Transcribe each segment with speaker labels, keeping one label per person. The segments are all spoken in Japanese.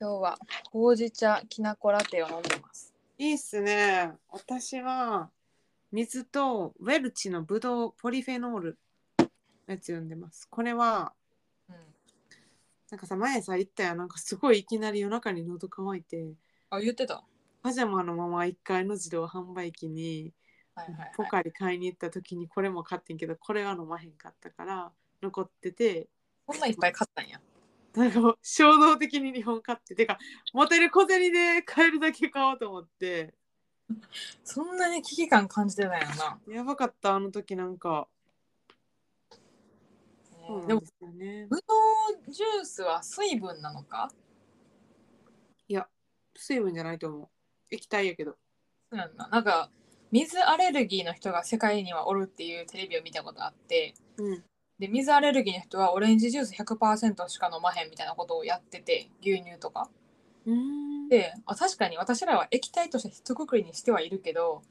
Speaker 1: 今日はほうじ茶きなこラテを飲んでます。
Speaker 2: いいっすね。私は水とウェルチのブドウポリフェノールのやつ読んでます。これは
Speaker 1: うん、
Speaker 2: なんかさ前さ言ったやんなんかすごいいきなり夜中に喉乾いて
Speaker 1: あ言ってた。は
Speaker 2: パジャマのまま1階の自動販売機に
Speaker 1: いはい、はい。
Speaker 2: ポカリ買いに行った時にこれも買ってんけどこれは飲まへんかったから残ってて
Speaker 1: こんなんいっぱい買ったんや。
Speaker 2: なんかもう衝動的に2本買っててかモテる小銭で買えるだけ買おうと思って。
Speaker 1: そんなに危機感感じてないよな。
Speaker 2: やばかったあの時なんか。そう
Speaker 1: で
Speaker 2: なん
Speaker 1: も
Speaker 2: ですよね。
Speaker 1: ぶどうジュースは水分なのか？
Speaker 2: いや、水分じゃないと思う。液体やけど。
Speaker 1: そうなんだ。なんか水アレルギーの人が世界にはおるっていうテレビを見たことあって、
Speaker 2: うん。
Speaker 1: で水アレルギーの人はオレンジジュース100%しか飲まへんみたいなことをやってて、牛乳とか。
Speaker 2: うん。
Speaker 1: であ確かに私らは液体として一括りにしてはいるけど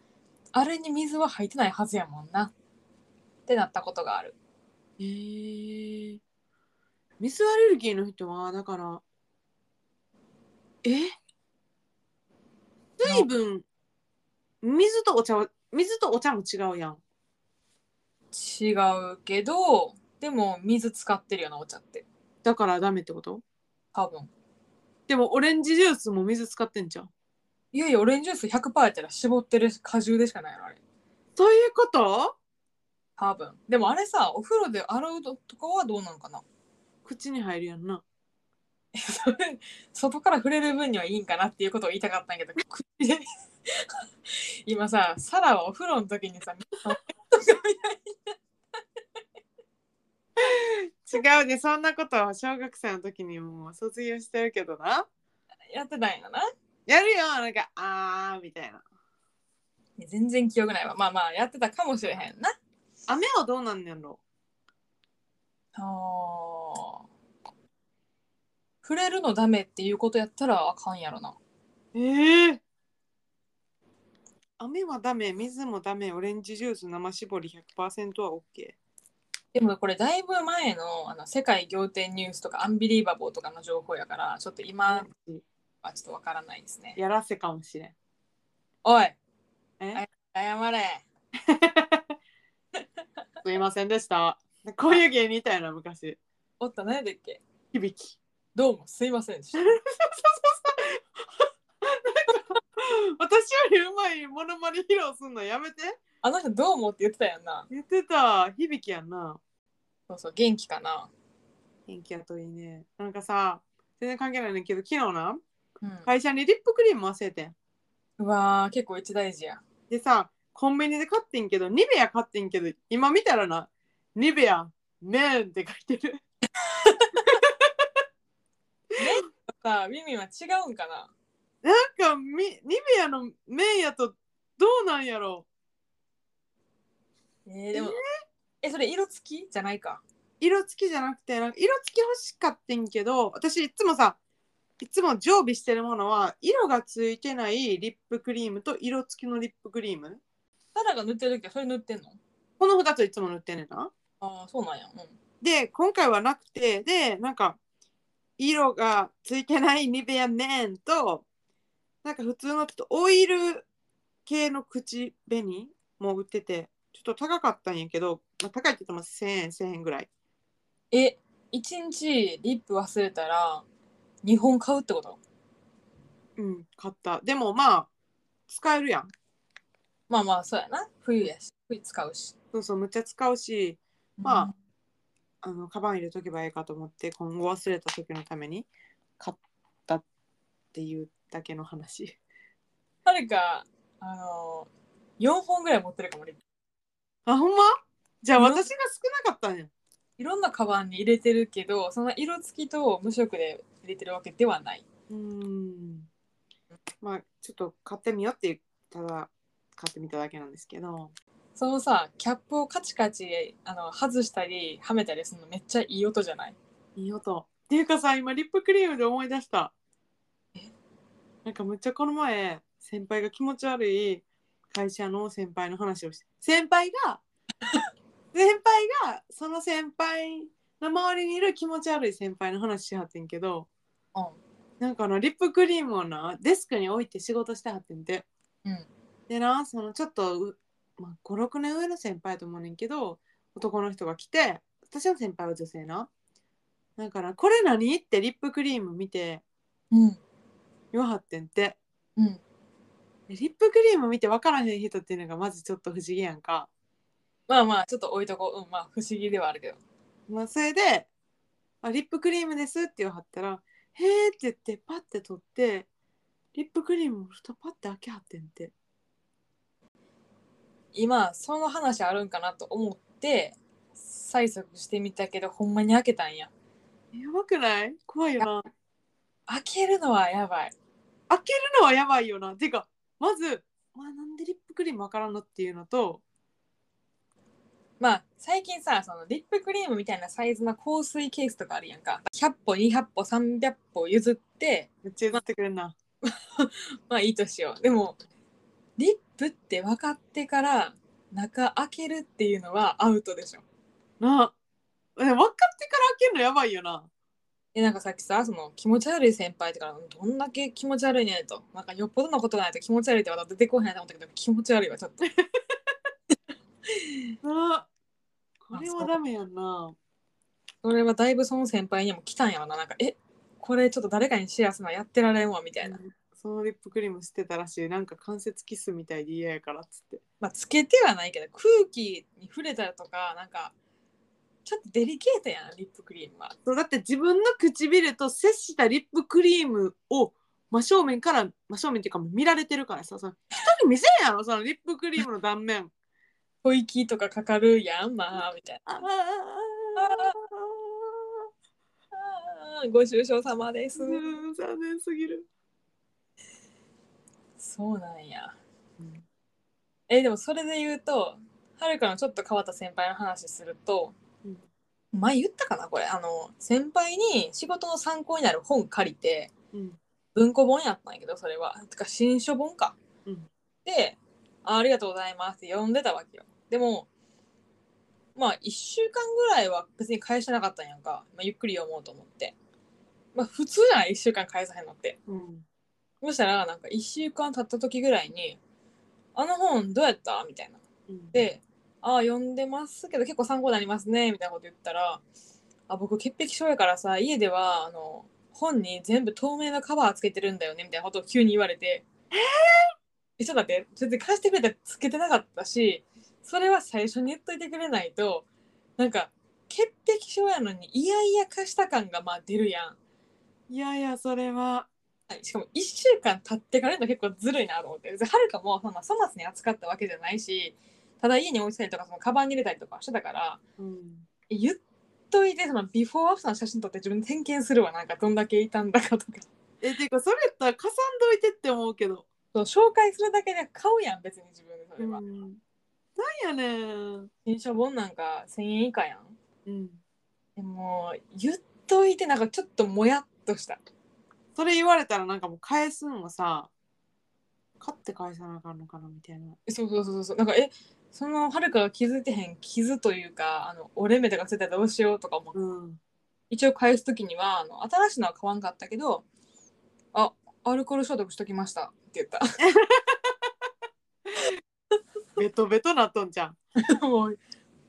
Speaker 1: あれに水は入ってないはずやもんなってなったことがある
Speaker 2: えー、水アレルギーの人は、だから、え水分、水とお茶は、水とお茶も違うやん。
Speaker 1: 違うけどでも水使ってるよなお茶って
Speaker 2: だからダメってこと
Speaker 1: 多分
Speaker 2: でもオレンジジュースも水使ってんじゃん。
Speaker 1: いやいやオレンジジュース100%やったら絞ってる果汁でしかないのあれ
Speaker 2: そういうこと
Speaker 1: 多分でもあれさお風呂で洗うとかはどうなんかな
Speaker 2: 口に入るやんな。
Speaker 1: 外から触れる分にはいいんかなっていうことを言いたかったんやけど 口で今さサラはお風呂の時にさ
Speaker 2: 違うねそんなことは小学生の時にもう卒業してるけどな
Speaker 1: やってたんやな
Speaker 2: やるよなんかあーみたいない
Speaker 1: や全然記憶ないわまあまあやってたかもしれへんな
Speaker 2: 雨はどうなんねやろ
Speaker 1: あ触れるのダメっていうことやったらあかんやろな
Speaker 2: ええ雨はダメ水もダメオレンジジュース生絞り100%は OK
Speaker 1: でもこれだいぶ前のあの世界仰天ニュースとかアンビリーバボーとかの情報やからちょっと今はちょっとわからないですね
Speaker 2: やらせかもしれん
Speaker 1: おい
Speaker 2: え
Speaker 1: 謝れ
Speaker 2: すいませんでしたこういう芸人いたよな昔
Speaker 1: おった何だっけ
Speaker 2: 響き
Speaker 1: どうもすいませんでした
Speaker 2: 私よりうまいモノマネ披露すんのやめて
Speaker 1: あの人どうもって言ってたやんな
Speaker 2: 言ってた響きやんな
Speaker 1: そうそう元気かな
Speaker 2: 元気やといいねなんかさ全然関係ないねんけど昨日な
Speaker 1: うん、
Speaker 2: 会社にリップクリーム忘れてん
Speaker 1: うわー結構一大事や
Speaker 2: でさコンビニで買ってんけどニベア買ってんけど今見たらなニベアメンって書いてる
Speaker 1: さあミミは違うんかな
Speaker 2: なんかみニベアのメンやとどうなんやろ
Speaker 1: えー、でも、えそれ色付きじゃないか
Speaker 2: 色付きじゃなくてなんか色付き欲しかってんけど私いつもさいつも常備してるものは色がついてないリップクリームと色付きのリップクリーム
Speaker 1: サラが塗ってる時はそれ塗ってんの
Speaker 2: この2ついつも塗ってんねんな
Speaker 1: ああそうなんやうん
Speaker 2: で今回はなくてでなんか色がついてないニベアメンとなんか普通のちょっとオイル系の口紅も売っててちょっと高かったんやけど、まあ、高いって言っても1000円1000円ぐらい
Speaker 1: え一日リップ忘れたら2本買うってこと
Speaker 2: うん買ったでもまあ使えるやん
Speaker 1: まあまあそうやな冬やし冬使うし
Speaker 2: そうそうむっちゃ使うしまあ
Speaker 1: うん
Speaker 2: あのカバン入れとけばいいかと思って今後忘れた時のために買ったっていうだけの話
Speaker 1: 誰かあのー、4本ぐらい持ってるかもリップ
Speaker 2: あほんまじゃあ
Speaker 1: うん
Speaker 2: 私が少なかったんや
Speaker 1: いろんなカバンに入れてるけどその色付きと無色で入れてるわけではないう
Speaker 2: ーんまあちょっと買ってみようっていうただ買ってみただけなんですけど
Speaker 1: そのさキャップをカチカチあの外したりはめたりするのめっちゃいい音じゃない
Speaker 2: いい音っていうかさ今リップクリームで思い出した
Speaker 1: え
Speaker 2: なんかむっちゃこの前先輩が気持ち悪い会社の先輩の話をして先輩が 先輩がその先輩の周りにいる気持ち悪い先輩の話しはってんけど
Speaker 1: うん
Speaker 2: なんかあのリップクリームをなデスクに置いて仕事してはってんて、
Speaker 1: うん
Speaker 2: でなそのちょっとう、まあ、56年上の先輩やと思うねんけど男の人が来て私の先輩は女性なだから「これ何?」ってリップクリーム見て
Speaker 1: うん
Speaker 2: 言わはってんて
Speaker 1: うん
Speaker 2: でリップクリーム見て分からへん人っていうのがまずちょっと不思議やんか、
Speaker 1: まあまあちょっと置いとこううんまあ不思議ではあるけど
Speaker 2: まあ、それであ「リップクリームです」って言わはったら「へーって言ってパッて取ってリップクリームをふとパッて開けはってんて。
Speaker 1: 今その話あるんかなと思って催促してみたけどほんまに開けたんや
Speaker 2: やばくない怖いよな。
Speaker 1: 開けるのはやばい
Speaker 2: 開けるのはやばいよな。てか、まず、まあ、なんでリップクリームわからんのっていうのと、
Speaker 1: まあ最近さそのリップクリームみたいなサイズの香水ケースとかあるやんか100歩200歩300歩譲って
Speaker 2: めっちゃ譲ってくれんな。
Speaker 1: まあいいとしようでもリップって分かってから中開けるっていうのはアウトでしょ
Speaker 2: なえ分かってから開けるのやばいよな。
Speaker 1: でなんかさっきさその気持ち悪い先輩とかどんだけ気持ち悪いねんとなんかよっぽどのことがないと気持ち悪いってまた出てこへんなと思ったけど気持ち悪いわちょっと
Speaker 2: なこれはダメやんな。
Speaker 1: それはだいぶその先輩にも来たんやろななんかえこれちょっと誰かにシェアするのやってられんわみたいな、
Speaker 2: そのリップクリームしてたらしい。なんか関節キスみたいで嫌やからっつって。
Speaker 1: まあつけてはないけど空気に触れたりとかなんかちょっとデリケートやなリップクリームは
Speaker 2: そうだって自分の唇と接したリップクリームを真正面から真正面っていうかもう見られてるからさその人に見せんやろそのリップクリームの断面。
Speaker 1: 吐息とかかかるやんまあみたいな
Speaker 2: あ
Speaker 1: あーご愁傷様です
Speaker 2: うん残念すぎる。
Speaker 1: そうなんやえでもそれで言うとはるかのちょっと変わった先輩の話すると、
Speaker 2: うん
Speaker 1: 前言ったかなこれあの先輩に仕事の参考になる本借りて
Speaker 2: うん
Speaker 1: 文庫本やったんやけどそれはてか新書本か、
Speaker 2: うん
Speaker 1: であ「ありがとうございます」って読んでたわけよでもまあ1週間ぐらいは別に返してなかったんやんか、まあ、ゆっくり読もうと思ってまあ普通じゃない1週間返さへんのって
Speaker 2: うん
Speaker 1: そしたらなんか1週間経った時ぐらいに「あの本どうやった?」みたいな
Speaker 2: うん
Speaker 1: で「ああ読んでますけど結構参考になりますね」みたいなこと言ったら「あ僕潔癖症やからさ家ではあの本に全部透明のカバーつけてるんだよね」みたいなことを急に言われて「えちょっと待って全然貸してくれたらつけてなかったしそれは最初に言っといてくれないとなんか潔癖症やのにいやいや貸した感がまあ出るやん。
Speaker 2: いやいやそれは
Speaker 1: はいしかも1週間経ってからの結構ずるいなと思って別にはるかもそんな粗末に扱ったわけじゃないしただ家に置いてたりとかそのカバンに入れたりとかしてたから
Speaker 2: うん
Speaker 1: え言っといてそのビフォーアフターの写真撮って自分で点検するわなんかどんだけいたんだかとか
Speaker 2: えていうかそれやったらかさんどいてって思うけど。
Speaker 1: そう紹介するだけで買うやん別に自分でそれは、
Speaker 2: うんなんやねん。
Speaker 1: 新書本なんか1000円以下やん
Speaker 2: うん
Speaker 1: でも言っといてなんかちょっともやっとした
Speaker 2: それ言われたらなんかもう返すんはさ買って返さなあかんのかなみたいな。
Speaker 1: そうそうそうそうなんかえそのはるかが気づいてへん傷というかあの折れ目とかついたらどうしようとか思って
Speaker 2: うん
Speaker 1: 一応返す時にはあの新しいのは買わんかったけど「あアルコール消毒しときました」って言った
Speaker 2: ベトベトなっとんじゃん。
Speaker 1: もう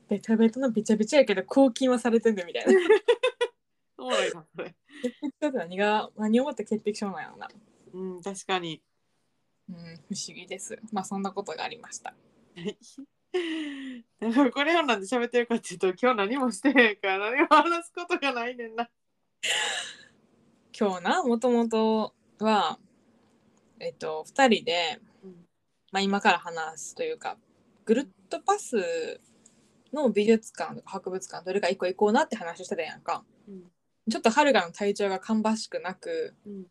Speaker 1: ベタベタのべちゃべちゃやけど抗菌はされてんでみたいな
Speaker 2: おもろいなそれ。
Speaker 1: だって何が何をもって潔癖症なんやろな
Speaker 2: うん確かに。
Speaker 1: うん不思議ですまあそんなことがありました
Speaker 2: はいなんかこれをなんで喋ってるかっていうと今日何もしてへんから何も話すことがないねんな。
Speaker 1: 今日なもともとはえっと2人で、
Speaker 2: うん
Speaker 1: まあ、今から話すというかぐるっとパスの美術館とか博物館どれか一個行こうなって話してたやんか
Speaker 2: うん
Speaker 1: ちょっと春がの体調が芳しくなく
Speaker 2: うん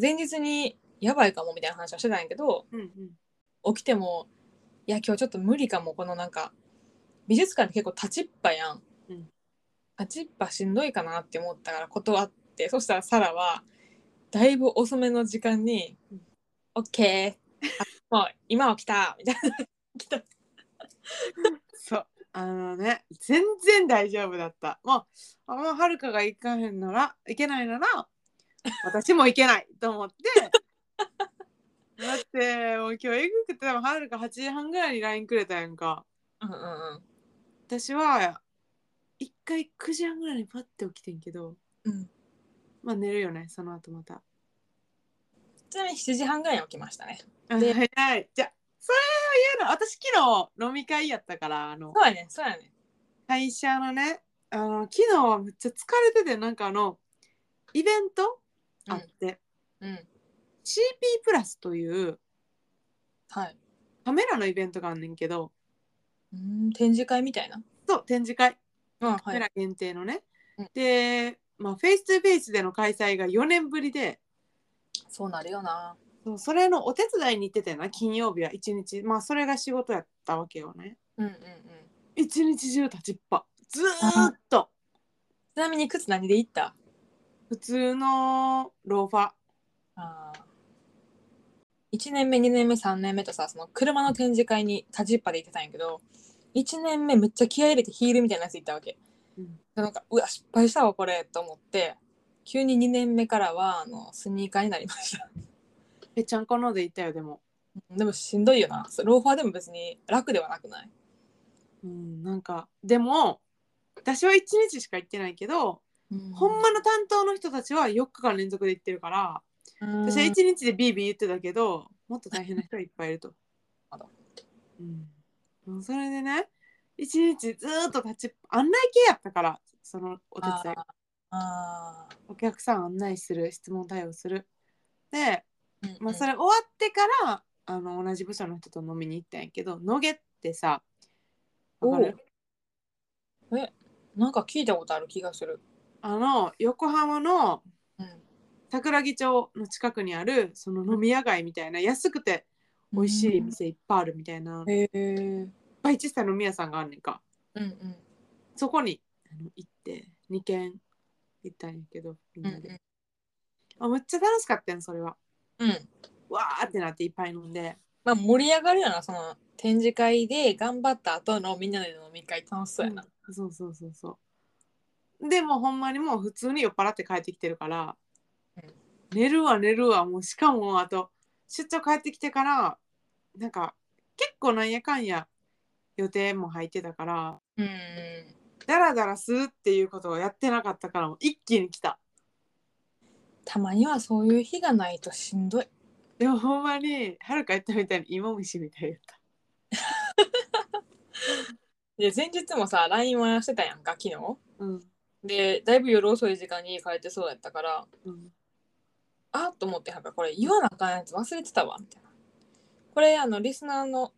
Speaker 1: 前日にやばいかもみたいな話はしてたんやけど
Speaker 2: うん
Speaker 1: 起きてもいや今日ちょっと無理かもこのなんか美術館って結構立ちっぱやん、
Speaker 2: うん
Speaker 1: 立ちっぱしんどいかなって思ったから断ってそしたらサラはだいぶ遅めの時間に
Speaker 2: うん
Speaker 1: 「オッケーもう今起きた」みたいな来た
Speaker 2: そうあのね全然大丈夫だったもうあもうはるかが行かへんなら行けないなら私もいけないと思って だってもう今日えぐくて多分はるか8時半ぐらいに LINE くれたやんか
Speaker 1: うんうん
Speaker 2: 私は一回9時半ぐらいにパッて起きてんけど
Speaker 1: うんうん
Speaker 2: まあ寝るよねその後また
Speaker 1: ちなみに7時半ぐらいに起きましたね
Speaker 2: あ
Speaker 1: で
Speaker 2: 早いじゃあそれを言うの私昨日飲み会やったからあの
Speaker 1: そうやねそうやね
Speaker 2: 会社のねあの昨日はめっちゃ疲れててなんかあのイベントあって、
Speaker 1: うん
Speaker 2: CP プラスという
Speaker 1: はい
Speaker 2: カメラのイベントがあんねんけど
Speaker 1: うん展示会みたいな
Speaker 2: そう展示会
Speaker 1: うん
Speaker 2: カ
Speaker 1: は
Speaker 2: メ
Speaker 1: い
Speaker 2: ラ限定のね、
Speaker 1: うん
Speaker 2: で、まあ、フェイス2フェイスでの開催が4年ぶりで
Speaker 1: そうなるよな
Speaker 2: そうそれのお手伝いに行ってたよな金曜日は一日まあそれが仕事やったわけよね
Speaker 1: うんうんうん
Speaker 2: 一日中立ちっぱずーっと
Speaker 1: ちなみに靴何で行った
Speaker 2: 普通のローファ
Speaker 1: あー1年目2年目3年目とさその車の展示会に立ちっぱで行ってたんやけど1年目めっちゃ気合い入れてヒールみたいなやつ行ったわけ、
Speaker 2: うん
Speaker 1: でなんかうわ失敗したわこれと思って急に2年目からはあのスニーカーになりました
Speaker 2: ぺちゃんこので行ったよでも
Speaker 1: でもしんどいよなそうローファーでも別に楽ではなくない
Speaker 2: うんなんかでも私は1日しか行ってないけど、ほんまの担当の人たちは4日間連続で行ってるから
Speaker 1: うん
Speaker 2: 私は1日でビービー言ってたけどもっと大変な人はいっぱいい ると
Speaker 1: なるほ。
Speaker 2: うん、もうそれでね一日ずーっと立ち案内系やったからそのお手伝い
Speaker 1: あー
Speaker 2: お客さん案内する質問対応するで、
Speaker 1: うんうん
Speaker 2: まあ、それ終わってから、あの同じ部署の人と飲みに行ったんやけど野毛ってさわかる
Speaker 1: なんか聞いたことある気がする、
Speaker 2: あの横浜の
Speaker 1: うん、
Speaker 2: 桜木町の近くにあるその飲み屋街みたいな安くて美味しい店いっぱいあるみたいな、いっ
Speaker 1: へえうん
Speaker 2: ぱい小さい飲み屋さんがあんねんか
Speaker 1: うん
Speaker 2: そこにあの行って2軒行ったんやけどみん
Speaker 1: うんう
Speaker 2: なで、
Speaker 1: ん
Speaker 2: あめっちゃ楽しかったんそれは
Speaker 1: うん
Speaker 2: わーってなっていっぱい飲んで
Speaker 1: まあ盛り上がるよなその展示会で頑張った後のみんなでの飲み会楽しそうやな、
Speaker 2: うんそうそうそうそうでもうほんまにもう普通に酔っ払って帰ってきてるから、
Speaker 1: うん
Speaker 2: 寝るわ寝るわもうしかもあと出張帰ってきてからなんか結構なんやかんや予定も入ってたから
Speaker 1: うん、
Speaker 2: ダラダラするっていうことをやってなかったからもう一気に来た
Speaker 1: たまにはそういう日がないとしんどい
Speaker 2: でもほんまにはるか言ったみたいに芋虫みたいやった
Speaker 1: で前日もさ LINE をしてたやんか昨日
Speaker 2: うん
Speaker 1: でだいぶ夜遅い時間に帰ってそうやったから
Speaker 2: うん
Speaker 1: あっと思ってなんかこれ言わなあかんやつ忘れてたわみたいなこれあのリスナーの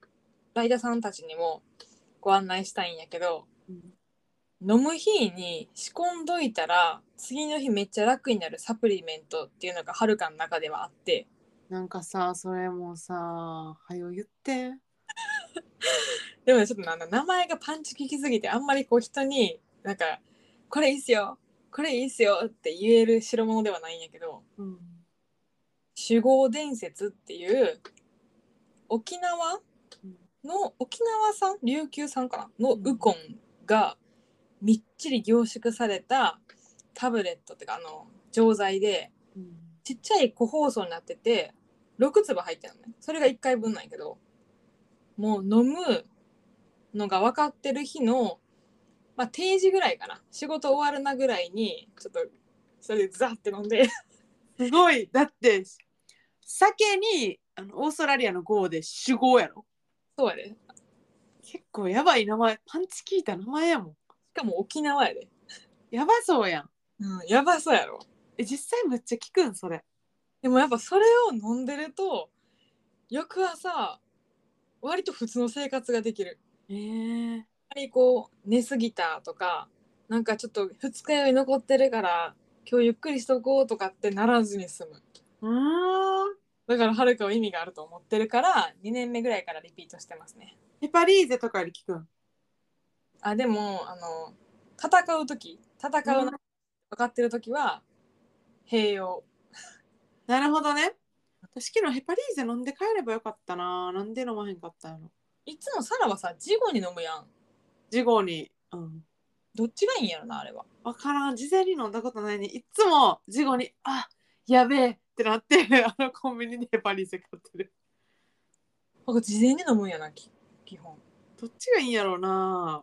Speaker 1: ライダーさんたちにもご案内したいんやけど
Speaker 2: うん
Speaker 1: 飲む日に仕込んどいたら次の日めっちゃ楽になるサプリメントっていうのがはるかの中ではあって
Speaker 2: なんかさそれもさはよ言って
Speaker 1: でもねちょっとなんか名前がパンチ効きすぎてあんまりこう人になんか「これいいっすよこれいいっすよ」って言える代物ではないんやけど
Speaker 2: うん
Speaker 1: 「守護伝説」っていう沖縄の沖縄産琉球産かなの
Speaker 2: うん
Speaker 1: ウコンがみっちり凝縮されたタブレットっていうかあの錠剤で
Speaker 2: うん
Speaker 1: ちっちゃい個包装になってて6粒入ってるのねそれが1回分なんやけどもう飲むのが分かってる日の、まあ、定時ぐらいかな仕事終わるなぐらいにちょっとそれでザッて飲んで
Speaker 2: すごいだって酒にあのオーストラリアの号で酒豪やろ
Speaker 1: そうやでし
Speaker 2: 結構やばい名前パンチ効いた名前やもん
Speaker 1: かも沖縄やで、
Speaker 2: やばそうやん
Speaker 1: うん、やばそうやろ
Speaker 2: え実際めっちゃ効くんそれ
Speaker 1: でもやっぱそれを飲んでると翌朝割と普通の生活ができる
Speaker 2: えー、
Speaker 1: あまりこう寝すぎたとかなんかちょっと二日酔い残ってるから今日ゆっくりしとこうとかってならずに済む
Speaker 2: うーん
Speaker 1: だからはるかは意味があると思ってるから2年目ぐらいからリピートしてますね
Speaker 2: ヘパリーゼとかより効くん
Speaker 1: あでもあの戦う時戦うな
Speaker 2: うん
Speaker 1: 分かってる時は併用
Speaker 2: なるほどね私昨日ヘパリーゼ飲んで帰ればよかったななんで飲まへんかったんやろ
Speaker 1: いつもサラはさ事後に飲むやん
Speaker 2: 次号にうん
Speaker 1: どっちがいいんやろなあれは
Speaker 2: 分からん事前に飲んだことないねいっつも次号にあやべえってなってあのコンビニでバリーゼ買ってる
Speaker 1: なんか事前に飲むんやなき基本
Speaker 2: どっちがいいんやろうな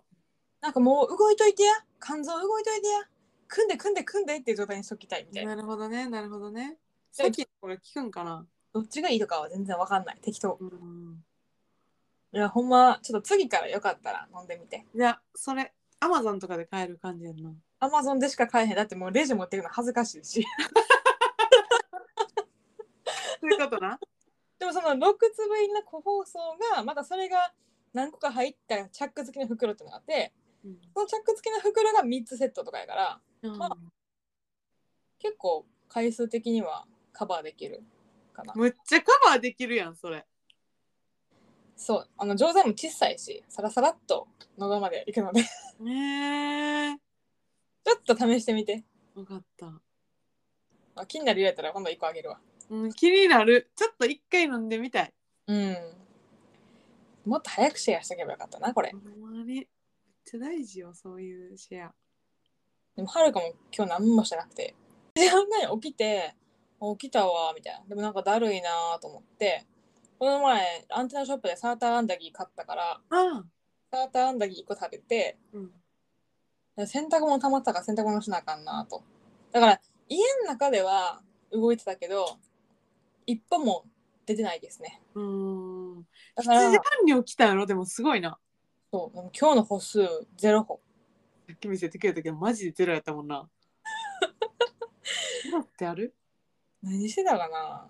Speaker 1: なんかもう動いといてや肝臓動いといてや組んで組んで組んでっていう状態にしときたいみたいな、
Speaker 2: なるほどねなるほどね
Speaker 1: で
Speaker 2: さ
Speaker 1: も
Speaker 2: っきの子が聞くんかな
Speaker 1: どっちがいいとかは全然わかんない適当
Speaker 2: うん
Speaker 1: いやほんまちょっと次からよかったら飲んでみて
Speaker 2: いやそれアマゾンとかで買える感じやんな
Speaker 1: アマゾンでしか買えへんだってもうレジ持ってくの恥ずかしいし
Speaker 2: そういうことな
Speaker 1: でもその6粒入りの個包装がまたそれが何個か入ったチャック付きの袋っていうのがあって
Speaker 2: うん
Speaker 1: そのチャック付きの袋が3つセットとかやから
Speaker 2: うん
Speaker 1: 結構回数的にはカバーできるかな
Speaker 2: むっちゃカバーできるやんそれ
Speaker 1: そうあの錠剤も小さいしサラサラっと喉までいくので ち
Speaker 2: ねえ
Speaker 1: ょっと試してみて
Speaker 2: 分かった、
Speaker 1: あ気になるようやったら今度1個あげるわ
Speaker 2: うん、気になるちょっと一回飲んでみたい
Speaker 1: うんもっと早くシェアしとけばよかったなこれ
Speaker 2: ほんまにめっちゃ大事よそういうシェア
Speaker 1: でもはるかも今日何もしてなくて時間内に起きてあ起きたわみたいなでもなんかだるいなと思ってこの前アンテナショップでサーターアンダギー買ったから
Speaker 2: ああ
Speaker 1: サーターアンダギー1個食べて
Speaker 2: うん
Speaker 1: で洗濯物溜まったから洗濯物しなあかんなとだから家の中では動いてたけど一歩も出てないですね
Speaker 2: うーん
Speaker 1: だ
Speaker 2: 7時
Speaker 1: から
Speaker 2: 半に起きたやろでもすごいな
Speaker 1: そうでも今日の歩数0歩
Speaker 2: さっき見せてくれたけどマジでゼロやったもんなゼロってある
Speaker 1: 何してたかな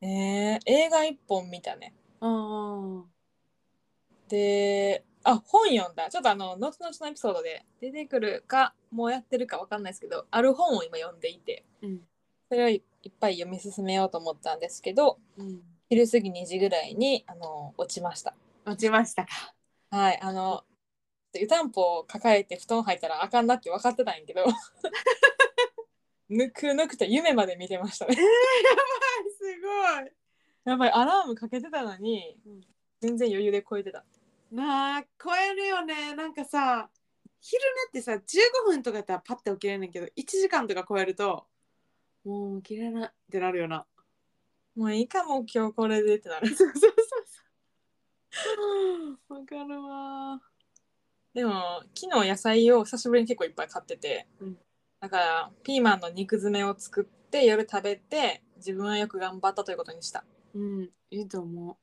Speaker 1: えー、映画1本見たね
Speaker 2: ああ
Speaker 1: であ本読んだちょっとあの後々のエピソードで出てくるかもうやってるかわかんないですけどある本を今読んでいて
Speaker 2: うん
Speaker 1: それをいいっぱい読み進めようと思ったんですけど
Speaker 2: うん
Speaker 1: 昼過ぎ2時ぐらいにあの落ちました
Speaker 2: 落ちま したか
Speaker 1: はいあの湯たんぽを抱えて布団入ったらあかんなって分かってたんやけ どぬくぬくと夢まで見てましたね
Speaker 2: す
Speaker 1: やっぱりアラームかけてたのに
Speaker 2: うん
Speaker 1: 全然余裕で超えてた
Speaker 2: ごいなあ超えるよねなんかさ昼寝ってさ15分とかやったらパッて起きれんねんけど1時間とか超えるともう起きれないってなるよな
Speaker 1: もういいかも今日これでってなる
Speaker 2: そうそうそうそう。 わかるわ。
Speaker 1: でも昨日野菜を久しぶりに結構いっぱい買ってて、
Speaker 2: うん
Speaker 1: だからピーマンの肉詰めを作って夜食べて自分はよく頑張ったということにした
Speaker 2: うん、いいと思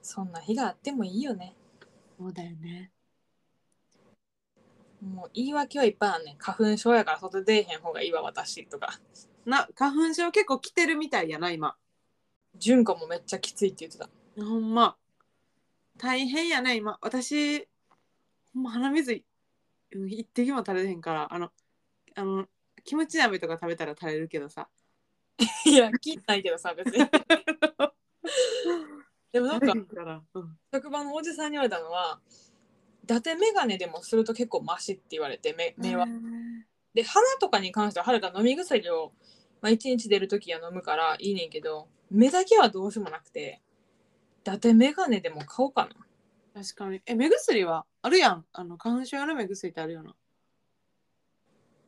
Speaker 1: そんな日があってもいいよね
Speaker 2: う。そうだよね。
Speaker 1: もう言い訳はいっぱいあんねん花粉症やから外出えへん方がいいわ私とか
Speaker 2: な、花粉症結構来てるみたいやな、今。
Speaker 1: 純子もめっちゃきついって言ってた
Speaker 2: ほんま。大変やな、今。私、ほんま鼻水、うん一滴も垂れてへんから、あの、あの、キムチ鍋とか食べたら垂れるけどさ。
Speaker 1: いや聞いてないけどさ別に でもなんか
Speaker 2: 垂れへから、うん、
Speaker 1: 職場のおじさんに言われたのは伊達眼鏡でもすると結構マシって言われて目目は
Speaker 2: へー
Speaker 1: で鼻とかに関してははるか飲み薬を、まあ、1日出る時は飲むからいいねんけど目だけはどうしようもなくて伊達眼鏡でも買おうかな
Speaker 2: 確かに。え、目薬はあるやん。あの、花粉症用の目薬ってあるよな。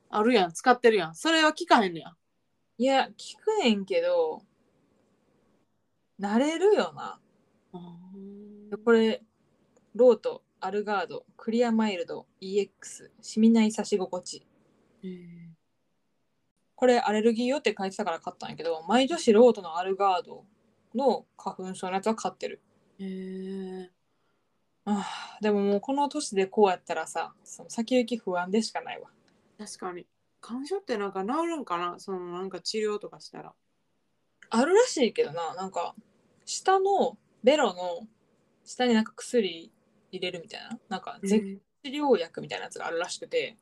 Speaker 2: あるやん。使ってるやん。それは効かへんねや。
Speaker 1: いや聞くねんけど慣れるよなこれロートアルガードクリアマイルド EX しみない差し心地
Speaker 2: へー
Speaker 1: これアレルギーよって書いてたから買ったんやけど毎年ロートのアルガードの花粉症のやつは買ってる
Speaker 2: へー
Speaker 1: あーでももうこの年でこうやったらさその先行き不安でしかないわ
Speaker 2: 確かに花粉症ってなんか治るんかなそのなんか治療とかしたら
Speaker 1: あるらしいけどななんか下のベロの下になんか薬入れるみたいななんか絶
Speaker 2: え
Speaker 1: 治療薬みたいなやつがあるらしくて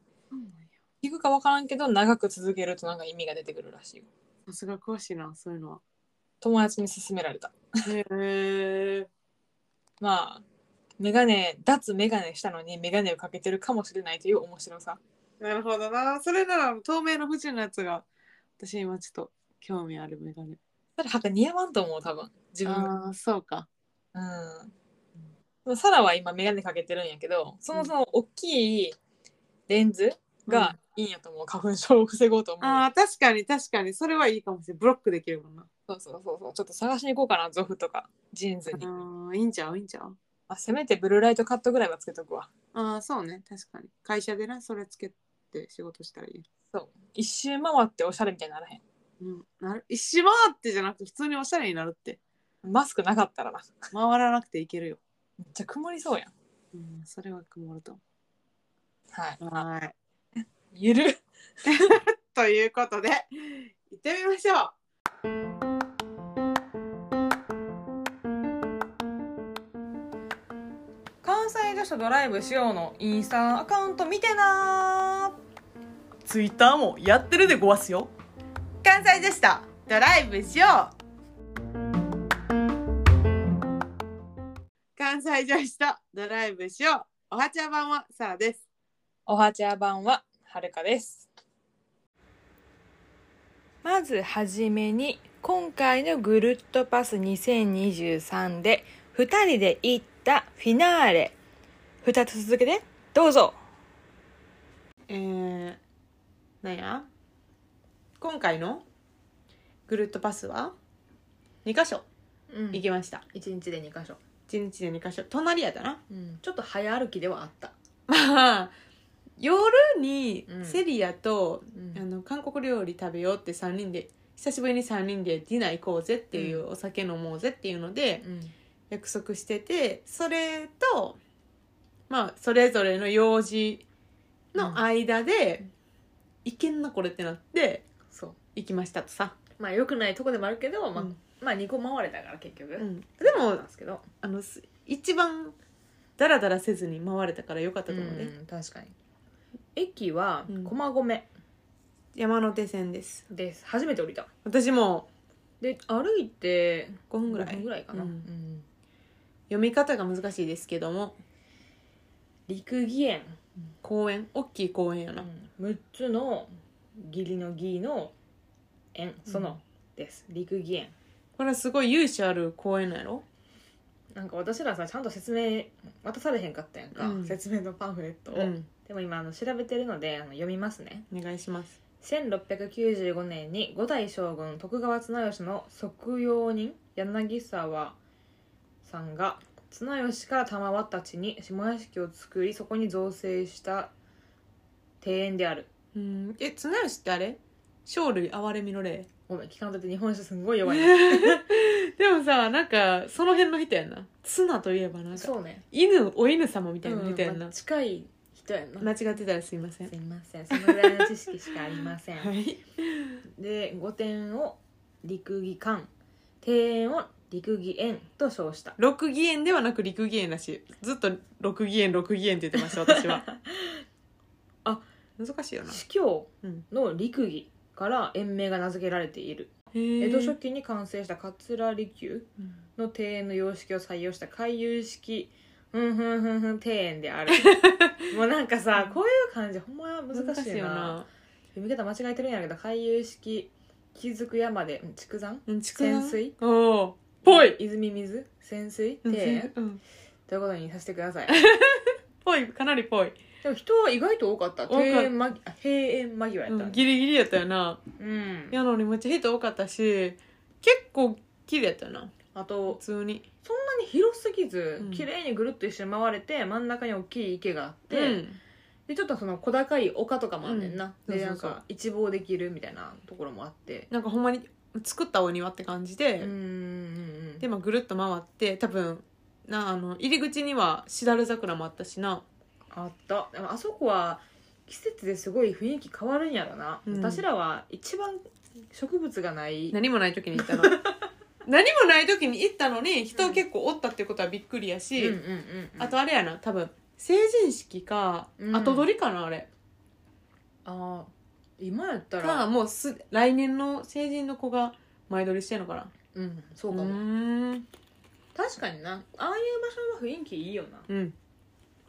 Speaker 1: 効くか分からんけど長く続けるとなんか意味が出てくるらしいよ
Speaker 2: さすが詳しいなそういうのは
Speaker 1: 友達に勧められた
Speaker 2: へえ
Speaker 1: まあメガネ脱メガネしたのにメガネをかけてるかもしれないという面白さ
Speaker 2: なるほどなそれなら透明の富士のやつが私今ちょっと興味あるメガネ
Speaker 1: ただはか似合わんと思う多分自分が
Speaker 2: ああそうか
Speaker 1: うんでもサラは今眼鏡かけてるんやけどそもそも大きいレンズがいいんやと思う花粉症を防ごうと思う
Speaker 2: ああ確かに確かにそれはいいかもしれないブロックできるもんな
Speaker 1: そうそうそうそうちょっと探しに行こうかなゾフとかジーンズに、
Speaker 2: うんいいんちゃういいんちゃう
Speaker 1: あせめてブルーライトカットぐらいはつけとくわ
Speaker 2: ああそうね確かに会社でなそれつけて仕事したらいい、
Speaker 1: そう一周回っておしゃれみたいにならへん
Speaker 2: うん、なる一周回ってじゃなくて普通におしゃれになるって
Speaker 1: マスクなかったらな
Speaker 2: 回らなくていけるよ、
Speaker 1: めっちゃ曇りそうやん
Speaker 2: うん、それは曇ると思
Speaker 1: はいう
Speaker 2: はい
Speaker 1: ゆる
Speaker 2: ということで行ってみましょう
Speaker 1: 関西女子ドライブしようのインスタアカウント見てな
Speaker 3: ツイッターもやってるでごわすよ
Speaker 2: 関西でしたドライブしよう関西女子とドライブしようおはちゃばんはさあです
Speaker 1: おはちゃ版ははるかですまずはじめに今回のぐるっとパス2023で2人で行ったフィナーレ2つ続けてどうぞ
Speaker 2: えー、なんや今回のぐるっとパスは2箇所
Speaker 3: うん
Speaker 2: 行きました、
Speaker 3: 一日で2箇所
Speaker 2: 一1日で2箇所隣やったな
Speaker 1: うん
Speaker 3: ちょっと早歩きではあった
Speaker 2: まあ夜に
Speaker 3: うん
Speaker 2: セリアと、
Speaker 3: うん
Speaker 2: あの韓国料理食べようって3人で久しぶりに3人でディナー行こうぜっていう、お酒飲もうぜっていうので約束しててそれとまあそれぞれの用事の間で、いけんなこれってなって
Speaker 3: そう
Speaker 2: 行きましたとさ、
Speaker 3: まあ良くないとこでもあるけど、まあ
Speaker 2: うん
Speaker 3: まあ2個回れたから結局、
Speaker 2: うん
Speaker 3: で
Speaker 2: でも
Speaker 3: もなんですけど
Speaker 2: あのす一番ダラダラせずに回れたからよかったと思うね、
Speaker 3: うん確かに駅は
Speaker 2: うん
Speaker 3: 駒込
Speaker 2: 山手線です
Speaker 3: です、初めて降りた
Speaker 2: 私も
Speaker 3: で歩いて
Speaker 2: 5分ぐらい
Speaker 3: 5分ぐらいかな、
Speaker 2: うん
Speaker 3: うん
Speaker 2: 読み方が難しいですけども
Speaker 3: 陸義園、
Speaker 2: 公園大きい公園やな、
Speaker 3: 6つの義理の義の園その、です陸義園
Speaker 2: これはすごい由緒ある公園なんやろ
Speaker 3: なんか私らさちゃんと説明渡されへんかったやんか、
Speaker 2: うん
Speaker 3: 説明のパンフレットを、
Speaker 2: うん
Speaker 3: でも今あの調べてるのであの読みますね
Speaker 2: お願いします
Speaker 3: 1695年に五代将軍徳川綱吉の即用人柳沢さんが綱吉から玉輪たちに下屋敷を作りそこに造成した庭園である
Speaker 2: うんえ綱吉ってあれ生類憐れみの霊
Speaker 3: ごめん聞かんとって日本酒すんごい弱いな
Speaker 2: でもさなんかその辺の人やんな綱といえばなんか
Speaker 3: そうね
Speaker 2: 犬お犬様みたいな
Speaker 3: うん
Speaker 2: 人やん
Speaker 3: ま
Speaker 2: な
Speaker 3: あ、近い人やんな
Speaker 2: 間違ってたらすいません
Speaker 3: すいませんそのぐらいの知識しかありません
Speaker 2: はい
Speaker 3: で御殿を陸義館庭園を陸義園と称した
Speaker 2: 六義園ではなく陸義園らしいずっと六義園六義園って言ってました私 はあ難しいよな
Speaker 3: 司教
Speaker 2: うん
Speaker 3: の陸義から園名が名付けられている、江戸初期に完成した桂離宮
Speaker 2: うん
Speaker 3: の庭園の様式を採用した回遊式ふんふんふんふん庭園 であるもうなんかさこういう感じほんま難しいな
Speaker 2: 難しいよな
Speaker 3: 読み方間違えてるんやけど回遊式気づく山でうん竹山
Speaker 2: うんちく
Speaker 3: 潜水
Speaker 2: おおぽい
Speaker 3: 泉水潜水
Speaker 2: うん
Speaker 3: 庭園
Speaker 2: うん
Speaker 3: ということにさせてください
Speaker 2: ぽいかなりぽい、
Speaker 3: でも人は意外と多かった
Speaker 2: かった
Speaker 3: 庭園間際あ閉園間際やっ
Speaker 2: う
Speaker 3: た
Speaker 2: んん
Speaker 3: だ
Speaker 2: ギリギリやったよな
Speaker 3: うん
Speaker 2: やのにめっちゃ人多かったし結構綺麗やったよな
Speaker 3: あと
Speaker 2: 普通に
Speaker 3: そんなに広すぎず、
Speaker 2: うん
Speaker 3: 綺麗にぐるっと一周回れて真ん中に大きい池があって、
Speaker 2: うん
Speaker 3: でちょっとその小高い丘とかもあんねんな、
Speaker 2: うん
Speaker 3: で
Speaker 2: そう
Speaker 3: な
Speaker 2: そ
Speaker 3: ん
Speaker 2: うそう
Speaker 3: か一望できるみたいなところもあって
Speaker 2: なんかほんまに作ったお庭って感じで、
Speaker 3: うんうんうん
Speaker 2: でまあぐるっと回って多分なあの入り口にはしだれ桜もあったしな
Speaker 3: あったでもあそこは季節ですごい雰囲気変わるんやろな、
Speaker 2: うん
Speaker 3: 私らは一番植物がない
Speaker 2: 何もない時に行った の何もない時に行ったのに人結構おったってことはびっくりや
Speaker 3: うん
Speaker 2: し、
Speaker 3: うんうんうん
Speaker 2: あとあれやな多分成人式か
Speaker 3: うん
Speaker 2: 後取りかなあれ、
Speaker 3: あー今やった
Speaker 2: からもうす来年の成人の子が前取りしてんのかな
Speaker 3: うんそううかも、
Speaker 2: ーん
Speaker 3: 確かになああいう場所の雰囲気いいよな
Speaker 2: うん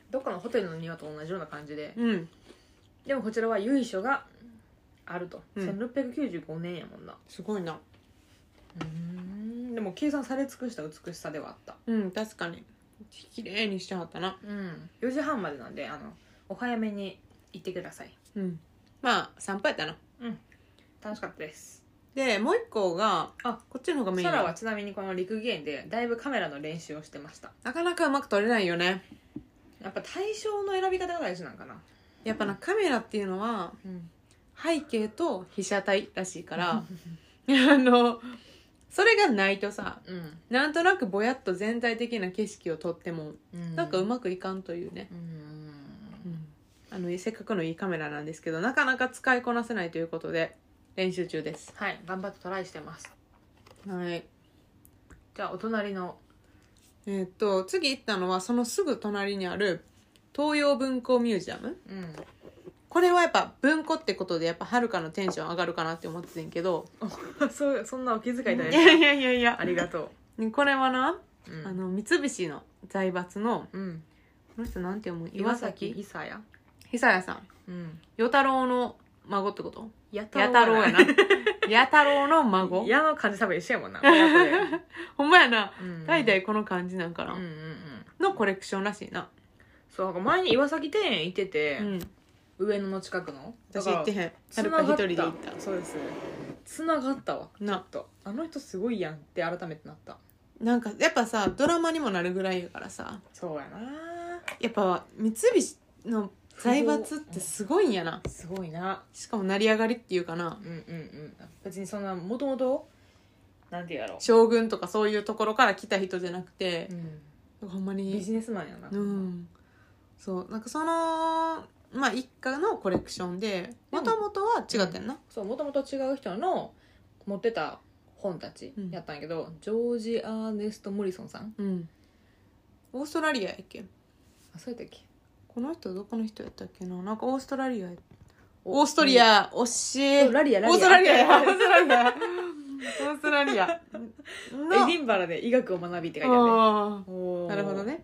Speaker 3: どっかのホテルの庭と同じような感じで
Speaker 2: うん
Speaker 3: でもこちらは由緒があると、
Speaker 2: うん
Speaker 3: 1695年やもんな
Speaker 2: すごいな
Speaker 3: でも計算され尽くした美しさではあった
Speaker 2: うん確かに綺麗にしてはったな
Speaker 3: うん4時半までなんであのお早めに行ってください
Speaker 2: うんまあ散歩やったな
Speaker 3: 楽しかったです
Speaker 2: でもう一個が
Speaker 3: あ
Speaker 2: こっちの方がメイン
Speaker 3: サラはちなみにこの陸芸でだいぶカメラの練習をしてました
Speaker 2: なかなかうまく撮れないよね
Speaker 3: やっぱ対象の選び方が大事なんかな
Speaker 2: やっぱなカメラっていうのは
Speaker 3: うん
Speaker 2: 背景と被写体らしいからあ のそれがないとさ
Speaker 3: うん、
Speaker 2: なんとなくぼやっと全体的な景色を撮っても
Speaker 3: うん、
Speaker 2: なんかうまくいかんというね、
Speaker 3: うん
Speaker 2: あのせっかくのいいカメラなんですけどなかなか使いこなせないということで練習中です
Speaker 3: はい頑張ってトライしてます
Speaker 2: はい
Speaker 3: じゃあお隣の
Speaker 2: えーっと次行ったのはそのすぐ隣にある東洋文庫ミュージアム
Speaker 3: うん
Speaker 2: これはやっぱ文庫ってことでやっぱはるかのテンション上がるかなって思ってたんやけど
Speaker 3: そうそんなお気遣いいただい
Speaker 2: い
Speaker 3: て
Speaker 2: や いやいやいや
Speaker 3: ありがと
Speaker 2: これはな
Speaker 3: う、うん、
Speaker 2: あの三菱の財閥の
Speaker 3: うん、
Speaker 2: この人なんて読む
Speaker 3: 岩崎伊佐や
Speaker 2: 久也さん
Speaker 3: うん
Speaker 2: 与太郎の孫ってこと
Speaker 3: やた
Speaker 2: 弥太郎やな 弥太郎の孫
Speaker 3: 矢の感じ多分一緒やも んな親子で
Speaker 2: ほんまやな
Speaker 3: うん
Speaker 2: 代々この感じなんかな、
Speaker 3: うんうんうん
Speaker 2: のコレクションらしいな、
Speaker 3: そうなんか前に岩崎庭園行ってて
Speaker 2: う、ん、
Speaker 3: 上野の近くの
Speaker 2: 私行ってへんは
Speaker 3: だ
Speaker 2: る
Speaker 3: か
Speaker 2: か
Speaker 3: ら繋が
Speaker 2: 一
Speaker 3: った
Speaker 2: 人で行った
Speaker 3: そうですつながったわ
Speaker 2: な
Speaker 3: とあの人すごいやんって改めてなった
Speaker 2: なんかやっぱさドラマにもなるぐらいやからさ
Speaker 3: そうやな
Speaker 2: やっぱ三菱の財閥ってすごいんやな
Speaker 3: すごいな
Speaker 2: しかも成り上がりっていうかな
Speaker 3: うんうんうん別にそんなもともとなんて言うやろ
Speaker 2: 将軍とかそういうところから来た人じゃなくて
Speaker 3: う、ん、
Speaker 2: ほんまに
Speaker 3: ビジネスマンやな
Speaker 2: うんそうなんかそのまあ一家のコレクションで
Speaker 3: で
Speaker 2: も
Speaker 3: も
Speaker 2: ともとは違ってんな、
Speaker 3: そうもともと違う人の持ってた本たちやったんやけど、ジョージ・アーネスト・モリソンさん
Speaker 2: うんオーストラリアやっけ
Speaker 3: あそうやったっけ
Speaker 2: この人どこの人やったっけななんかオーストラリアや
Speaker 3: お
Speaker 2: オーストリア惜しい
Speaker 3: そうラリアラリア
Speaker 2: オーストラリ アやオーストラリアオーストラリアの
Speaker 3: エディンバラで医学を学びって書いてあるね
Speaker 2: あー
Speaker 3: おー
Speaker 2: なるほどね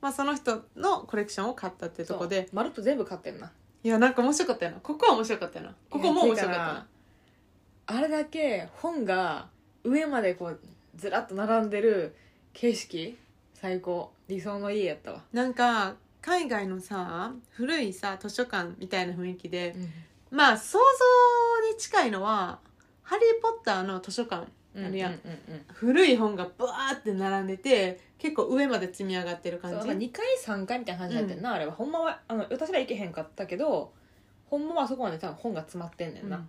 Speaker 2: まあその人のコレクションを買ったってとこで
Speaker 3: そうまるっと全部買ってんない
Speaker 2: やなんか面白かったよなここは面白かったよなここも面白かったな
Speaker 3: あれだけ本が上までこうずらっと並んでる景色最高理想の家やったわ、
Speaker 2: なんか海外のさ古いさ図書館みたいな雰囲気でまあ想像に近いのは「ハリー・ポッター」の図書館
Speaker 3: うん、
Speaker 2: あるやん
Speaker 3: うんうんうん
Speaker 2: 古い本がブワーって並んでて結構上まで積み上がってる
Speaker 3: そう
Speaker 2: 感
Speaker 3: なんか
Speaker 2: じ
Speaker 3: 2回3回みたいな感じになってんな、あれはほんまはあの私ら行けへんかったけどほんまはあそこまで多分本が詰まってんねん
Speaker 2: う
Speaker 3: な、
Speaker 2: ん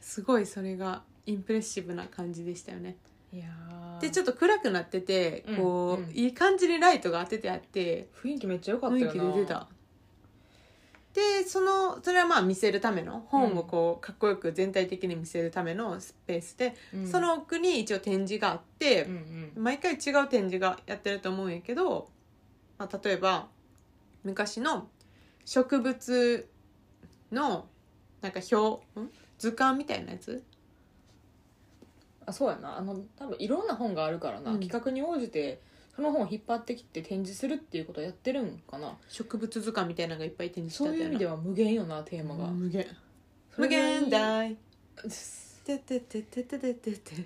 Speaker 2: すごいそれがインプレッシブな感じでしたよね
Speaker 3: いや
Speaker 2: でち
Speaker 3: でち
Speaker 2: ょ
Speaker 3: ょ
Speaker 2: っ
Speaker 3: っ
Speaker 2: と暗くなってて
Speaker 3: うん
Speaker 2: こう、
Speaker 3: うん
Speaker 2: いい感じにライトが当ててあって
Speaker 3: と雰囲気めっちゃ良かったよ
Speaker 2: 雰
Speaker 3: な
Speaker 2: 囲気出てたでそのそれはまあ見せるための本をこうかっこよく全体的に見せるためのスペースで、
Speaker 3: うん
Speaker 2: その奥に一応展示があって
Speaker 3: うんう、ん
Speaker 2: 毎回違う展示がやってると思うんやけど、まあ、例えば昔の植物のなんか表ん図鑑みたいなやつ
Speaker 3: あそうやなあの多分いろんな本があるからな、
Speaker 2: うん
Speaker 3: 企画に応じてその本を引っ張ってきて展示するっていうことをやってるんかな
Speaker 2: 植物図鑑みたいなのがいっぱい展示して
Speaker 3: そ
Speaker 2: あ
Speaker 3: う
Speaker 2: った
Speaker 3: いう
Speaker 2: よな
Speaker 3: 意味では無限よなテーマが、
Speaker 2: 無限
Speaker 3: そ
Speaker 2: 無
Speaker 3: れがいい
Speaker 2: 限大
Speaker 3: です
Speaker 2: てててててててて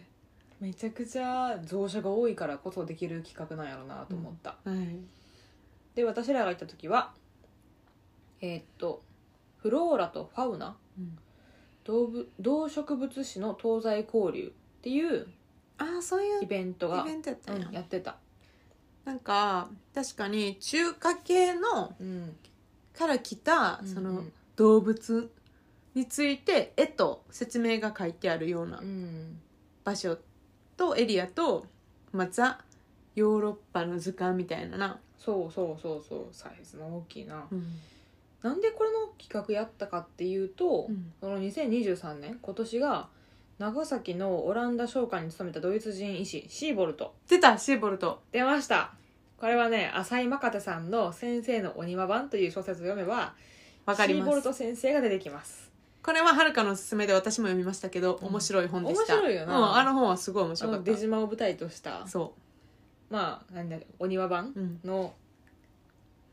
Speaker 3: めちゃくちゃ蔵書が多いからこそできる企画なんやろなと思った、
Speaker 2: はい
Speaker 3: で私らが行った時はえーっとフローラとファウナ、
Speaker 2: うん
Speaker 3: 動物動植物史の東西交流っていう
Speaker 2: ああそういう
Speaker 3: イ
Speaker 2: イ
Speaker 3: ベントが
Speaker 2: ベントやったんや、
Speaker 3: うんやってた、
Speaker 2: なんか確かに中華系の
Speaker 3: うん、
Speaker 2: から来たそ
Speaker 3: うん
Speaker 2: の
Speaker 3: うん
Speaker 2: 動物について絵と説明が書いてあるような
Speaker 3: うん
Speaker 2: 場所とエリアと、まあ、ザ・ヨーロッパの図鑑みたいなな、
Speaker 3: そうそうそうそうサイズの大きいななんでこれの企画やったかっていうと、
Speaker 2: うん
Speaker 3: その2023年今年が長崎のオランダ商館に勤めたドイツ人医師シーボルト
Speaker 2: 出たシーボルト
Speaker 3: 出ましたこれはね浅井真方さんの「先生のお庭版」という小説を読めば
Speaker 2: わかりま
Speaker 3: シーボル
Speaker 2: す
Speaker 3: ト先生が出てきます
Speaker 2: これははるかのおすすめで私も読みましたけど、
Speaker 3: うん
Speaker 2: 面白い本でした
Speaker 3: 面白いよな
Speaker 2: うん、あの本はすごい面
Speaker 3: あ
Speaker 2: 白か
Speaker 3: の
Speaker 2: った
Speaker 3: 出島を舞台とした
Speaker 2: そ
Speaker 3: まあなんだお庭版
Speaker 2: う、うん、
Speaker 3: の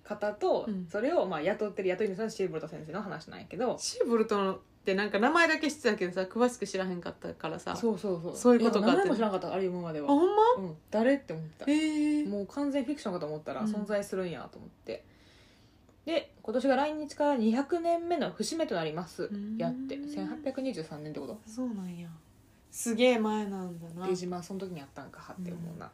Speaker 3: 方と、
Speaker 2: うん
Speaker 3: それをまあ雇ってる雇い主のシーボルト先生の話なんやけど
Speaker 2: シーボルトってなんか名前だけ知ってたけどさ詳しく知らへんかったからさ
Speaker 3: そうそうそう
Speaker 2: そういうこと
Speaker 3: い
Speaker 2: か
Speaker 3: や名
Speaker 2: って
Speaker 3: 前も知らなかったあれ読むまで
Speaker 2: あ
Speaker 3: は、
Speaker 2: ほんま
Speaker 3: うん、誰って思ってた
Speaker 2: ええ
Speaker 3: もう完全フィクションかと思ったら
Speaker 2: うん
Speaker 3: 存在するんやと思って、で今年が来日から200年目の節目となります
Speaker 2: ん
Speaker 3: やって1823年ってこと
Speaker 2: そうなんやすげえ前なんだな
Speaker 3: 出島その時にあったんかって思うな、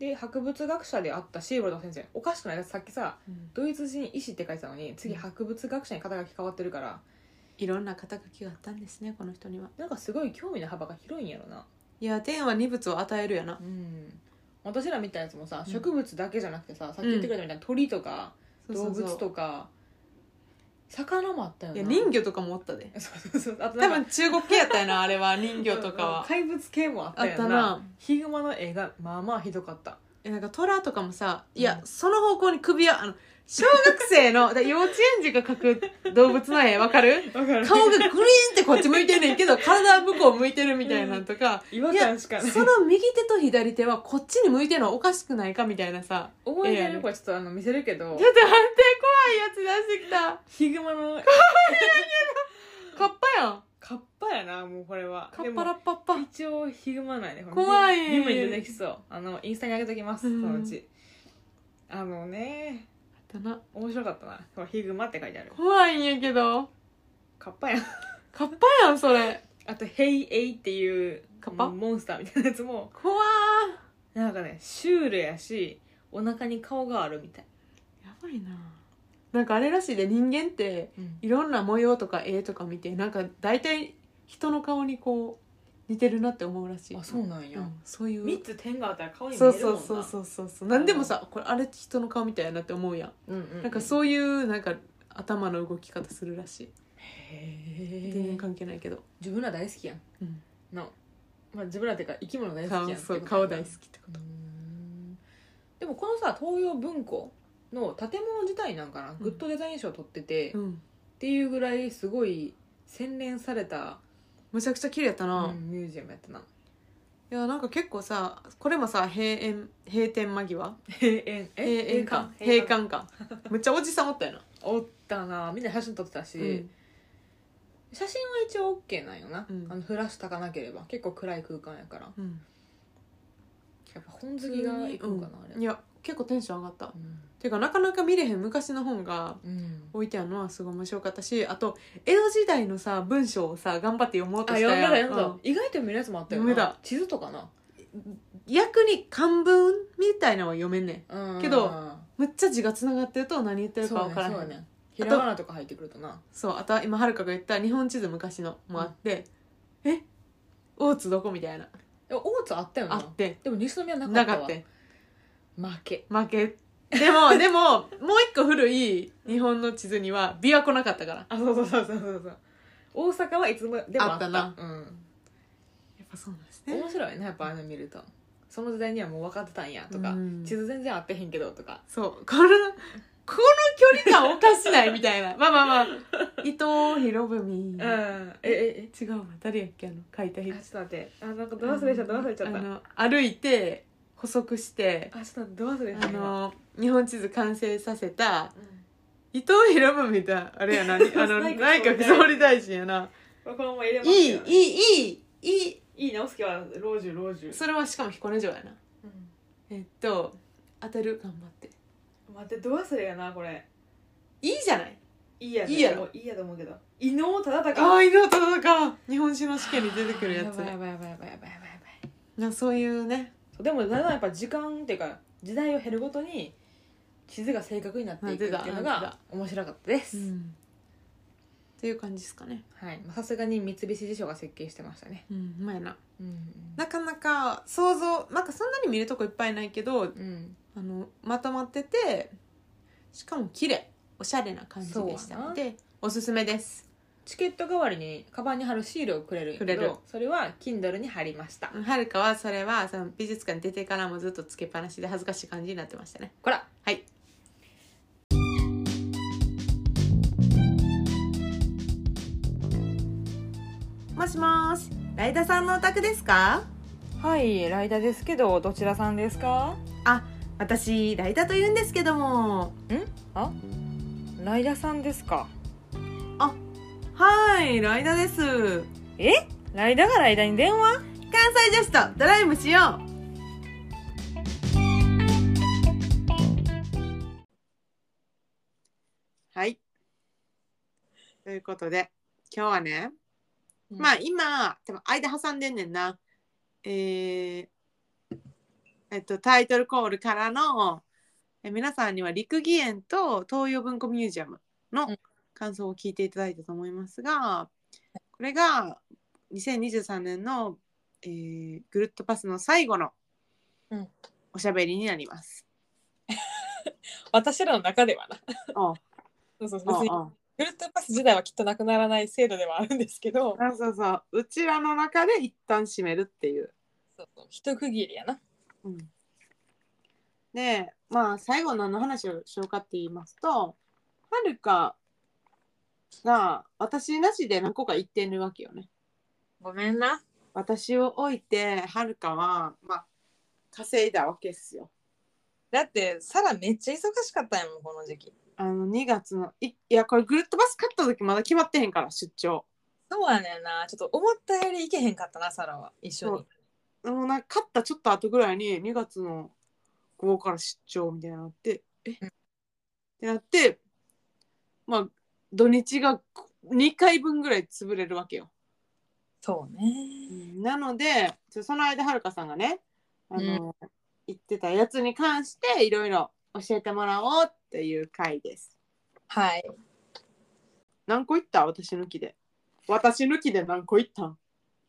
Speaker 3: で博物学者であったシーボルド先生おかしくないだってさっきさ
Speaker 2: うん
Speaker 3: ドイツ人医師って書いてたのに次博物学者に肩書き変わってるから
Speaker 2: いろんな肩書きがあったんですねこの人には
Speaker 3: なんかすごい興味の幅が広いんやろない
Speaker 2: や天は二物を与えるやな
Speaker 3: うん私らみたいなやつもさ
Speaker 2: うん
Speaker 3: 植物だけじゃなくてさ、さっき言ってくれたみたいな鳥とか
Speaker 2: そうそ
Speaker 3: 動
Speaker 2: うそう
Speaker 3: 物とか魚もあったよ
Speaker 2: い
Speaker 3: な
Speaker 2: や人魚とかもおったで
Speaker 3: そうそうそうあ とな
Speaker 2: 多
Speaker 3: んか
Speaker 2: 分中国系やったよなあれは人魚とかは
Speaker 3: 怪物系もあったよな
Speaker 2: あったな
Speaker 3: ヒグマの絵がまあまあひどかった
Speaker 2: えなんか虎とかもさいや、
Speaker 3: う
Speaker 2: その方向に首をあの小学生のだ幼稚園児が描く動物の絵わかる顔が
Speaker 3: わか
Speaker 2: グリーンってこっち向いてんねんけど体は向こう向いてるみたいなんとか、
Speaker 3: 違和
Speaker 2: い
Speaker 3: 感
Speaker 2: や
Speaker 3: し
Speaker 2: そ
Speaker 3: かない
Speaker 2: の右手と左手はこっちに向いてるのおかしくないかみたいなさ
Speaker 3: 思い出
Speaker 2: ええ
Speaker 3: の子はちょっとあの見せる
Speaker 2: ち
Speaker 3: け
Speaker 2: ょ
Speaker 3: ど
Speaker 2: っと待って怖いやつ出してきた
Speaker 3: ヒグマの
Speaker 2: カッパやん
Speaker 3: カッパやなもうこれは
Speaker 2: カッパラ
Speaker 3: で
Speaker 2: ッパッパ
Speaker 3: も一応ヒグマないね
Speaker 2: 怖い
Speaker 3: 夢に出てきそうあのインスタに上げときますそ
Speaker 2: うん
Speaker 3: のうち、あのね
Speaker 2: だな
Speaker 3: 面白かったなこれヒグマって書いてある
Speaker 2: 怖いんやけど
Speaker 3: カッパやん
Speaker 2: カッパやんそれ
Speaker 3: あと「ヘイエイ」っていう
Speaker 2: カッパ
Speaker 3: モンスターみたいなやつも
Speaker 2: 怖ー
Speaker 3: なんかねシュールやしお腹に顔があるみたい、
Speaker 2: やばいななんかあれらしいで人間っていろんな模様とか絵とか見てなんか大体人の顔にこう似てるなって思うらしい
Speaker 3: そうなんや
Speaker 2: うんそういう
Speaker 3: 三つ点があったら顔に見
Speaker 2: そ
Speaker 3: え
Speaker 2: う
Speaker 3: るもん
Speaker 2: そう
Speaker 3: な
Speaker 2: そうそうそうそう何でもさこれあれ人の顔みたいやなって思うやん、
Speaker 3: うんうんうん
Speaker 2: なんかそういうなんか頭の動き方するらしい、
Speaker 3: へ
Speaker 2: 全
Speaker 3: え
Speaker 2: 然関係ないけど、
Speaker 3: 自分ら大好きやん
Speaker 2: うん
Speaker 3: の、まあ、自分らっていうか生き物大好き
Speaker 2: 顔
Speaker 3: やん
Speaker 2: そう顔大好きってこ
Speaker 3: うーんでもこのさ東洋文庫の建物自体なんかな、グッドデザイン賞取ってて、
Speaker 2: と、
Speaker 3: っ
Speaker 2: うん、
Speaker 3: ていうぐらいすごい洗練された、
Speaker 2: むちゃくちゃ綺麗やった
Speaker 3: う
Speaker 2: な、
Speaker 3: んミュージアムやったな
Speaker 2: いやなんか結構さこれもさ閉園閉店間際
Speaker 3: 閉園え
Speaker 2: 閉園か閉館か むっちゃおじさんおったよな、
Speaker 3: おったなみんな写真撮ってたし、
Speaker 2: うん
Speaker 3: 写真は一応 OK なんよな、
Speaker 2: うん
Speaker 3: あのフラッシュたかなければ結構暗い空間やから
Speaker 2: うん、
Speaker 3: やっぱ本好きがいくんかな、あれ
Speaker 2: いや結構テンション上がった
Speaker 3: うん
Speaker 2: ていうかなかなか見れへん昔の本が
Speaker 3: うん
Speaker 2: 置いてあるのはすごい面白かったしあと江戸時代のさ文章をさ頑張って読もう
Speaker 3: あ
Speaker 2: とした
Speaker 3: 読んだら
Speaker 2: やん
Speaker 3: 読んだ、意外と見るやつもあったよ
Speaker 2: 読めた
Speaker 3: な地図とかな
Speaker 2: うん逆に漢文みたいなのは読めんねん
Speaker 3: うん
Speaker 2: けどむっちゃ字がつながってると何言ってるか分からへん
Speaker 3: そうねそうねひらがなとか入ってくるとな
Speaker 2: そうあとは今はるかが言った日本地図昔のもあって、え大津どこみたいな
Speaker 3: でも大津あったよ
Speaker 2: あ
Speaker 3: な
Speaker 2: って
Speaker 3: でも西宮なか
Speaker 2: な
Speaker 3: った
Speaker 2: か
Speaker 3: わ
Speaker 2: った
Speaker 3: 負け
Speaker 2: 負けで もでももう一個古い日本の地図には琵琶湖なかったからや
Speaker 3: あそうそうそうそうそう大阪はいつもでもあった
Speaker 2: あったな
Speaker 3: うん、
Speaker 2: っぱそうなんですね
Speaker 3: 面白いねやっぱあの見るとその時代にはもう分かってたんやとか、
Speaker 2: うん
Speaker 3: 地図全然合ってへんけどとか
Speaker 2: そうこのこの距離感おかしないみたいな まあまあまあ伊藤博文、
Speaker 3: うんええ
Speaker 2: 違うわ誰やっけあの書いた
Speaker 3: え
Speaker 2: 人
Speaker 3: あちょっと待ってあなんかど忘れしちゃったど忘れしちゃった
Speaker 2: あ
Speaker 3: あ
Speaker 2: の歩いて補足して
Speaker 3: ちょっと待ってど忘れしちゃ
Speaker 2: あ
Speaker 3: った今
Speaker 2: の日本地図完成させた
Speaker 3: うん
Speaker 2: 伊藤博文だあれやなあ の
Speaker 3: 内
Speaker 2: 内
Speaker 3: 閣
Speaker 2: 閣
Speaker 3: 総
Speaker 2: 総
Speaker 3: 理
Speaker 2: 理大臣やな
Speaker 3: これこのまま入れま
Speaker 2: い
Speaker 3: すよ
Speaker 2: いいいいいい
Speaker 3: いい直す気は老中老中
Speaker 2: それはしかも彦根城やな
Speaker 3: うん
Speaker 2: えっと当たる頑張って
Speaker 3: 待ってど忘れやなこれ
Speaker 2: いいじゃない
Speaker 3: いいや
Speaker 2: いいやろ
Speaker 3: もういいやと思うけど伊能忠敬
Speaker 2: ああ伊藤忠敬日本史の試験に出てくるやつ
Speaker 3: ばいやばいやばいやばいやばいやばいやばい
Speaker 2: なそういうね
Speaker 3: そうでもだんだんやっぱ時間っていうか時代を経るごとに地図が正確になっていくっていうの
Speaker 2: なって
Speaker 3: が面白かったです、
Speaker 2: うんっていう感じですかね。
Speaker 3: はいまあさすがに三菱地所が設計してましたね
Speaker 2: うん、うまいな。
Speaker 3: うん
Speaker 2: なかなか想像、なんかそんなに見るとこいっぱいないけど、
Speaker 3: うん
Speaker 2: あの、まとまってて、しかも綺麗、おしゃれな感じでしたので、おすすめです。
Speaker 3: チケット代わりにカバンに貼るシールをくれるんやけ
Speaker 2: くれる
Speaker 3: どそれは Kindle に貼りました
Speaker 2: はるかはそれはその美術館出てからもずっとつけっぱなしで恥ずかしい感じになってましたね。
Speaker 3: こら
Speaker 2: はい。もしもーし、ライダさんのお宅ですか
Speaker 3: はいライダーですけどどちらさんですか
Speaker 2: 私ライダと言うんですけども
Speaker 3: ライダーさんですか
Speaker 2: はいライダです関
Speaker 3: ライダーがライダーに電話
Speaker 2: 西女子とドライブしよということで今日はね、
Speaker 1: うん
Speaker 2: まあ今多分間挟んでんねんなえーえっとタイトルコールからのえ皆さんには陸義園と東洋文庫ミュージアムの
Speaker 1: うん
Speaker 2: 感想を聞いていただいたと思いますがこれが2023年の、えーぐるっとパスの最後の
Speaker 1: うん
Speaker 2: おしゃべりになります。
Speaker 1: 私らの中ではな。
Speaker 2: あ
Speaker 1: そうそう
Speaker 2: あ
Speaker 1: 別に
Speaker 2: あ
Speaker 1: グルートパス自体はきっとなくならない制度ではあるんですけど、
Speaker 2: あそうそううちらの中で一旦締めるっていう
Speaker 1: そうそう一区切りやな。
Speaker 2: うんでまあ最後何の話をしようかって言いますとはるかが私なしで何個か言ってるわけよね。
Speaker 1: ごめんな。
Speaker 2: 私を置いてはるかはまあ稼いだわけっすよ。
Speaker 1: だってサラめっちゃ忙しかったやもんこの時期。
Speaker 2: あの2月のいいやこれぐるっとバス買った時まだ決まってへんから出張。
Speaker 1: そうやねんな。ちょっと思ったより行けへんかったなサラは一緒
Speaker 2: そ
Speaker 1: に。
Speaker 2: もうなんか買ったちょっと後ぐらいに2月の午後から出張みたいになってえっ、
Speaker 1: うん
Speaker 2: ってなってまあ土日が2回分ぐらい潰れるわけよ。
Speaker 1: そうね。
Speaker 2: なのでちょその間はるかさんがねあの、言ってたやつに関していろいろ教えてもらおうっていう回です。
Speaker 1: はい。
Speaker 2: 何個いった私抜きで。私抜きで何個いったん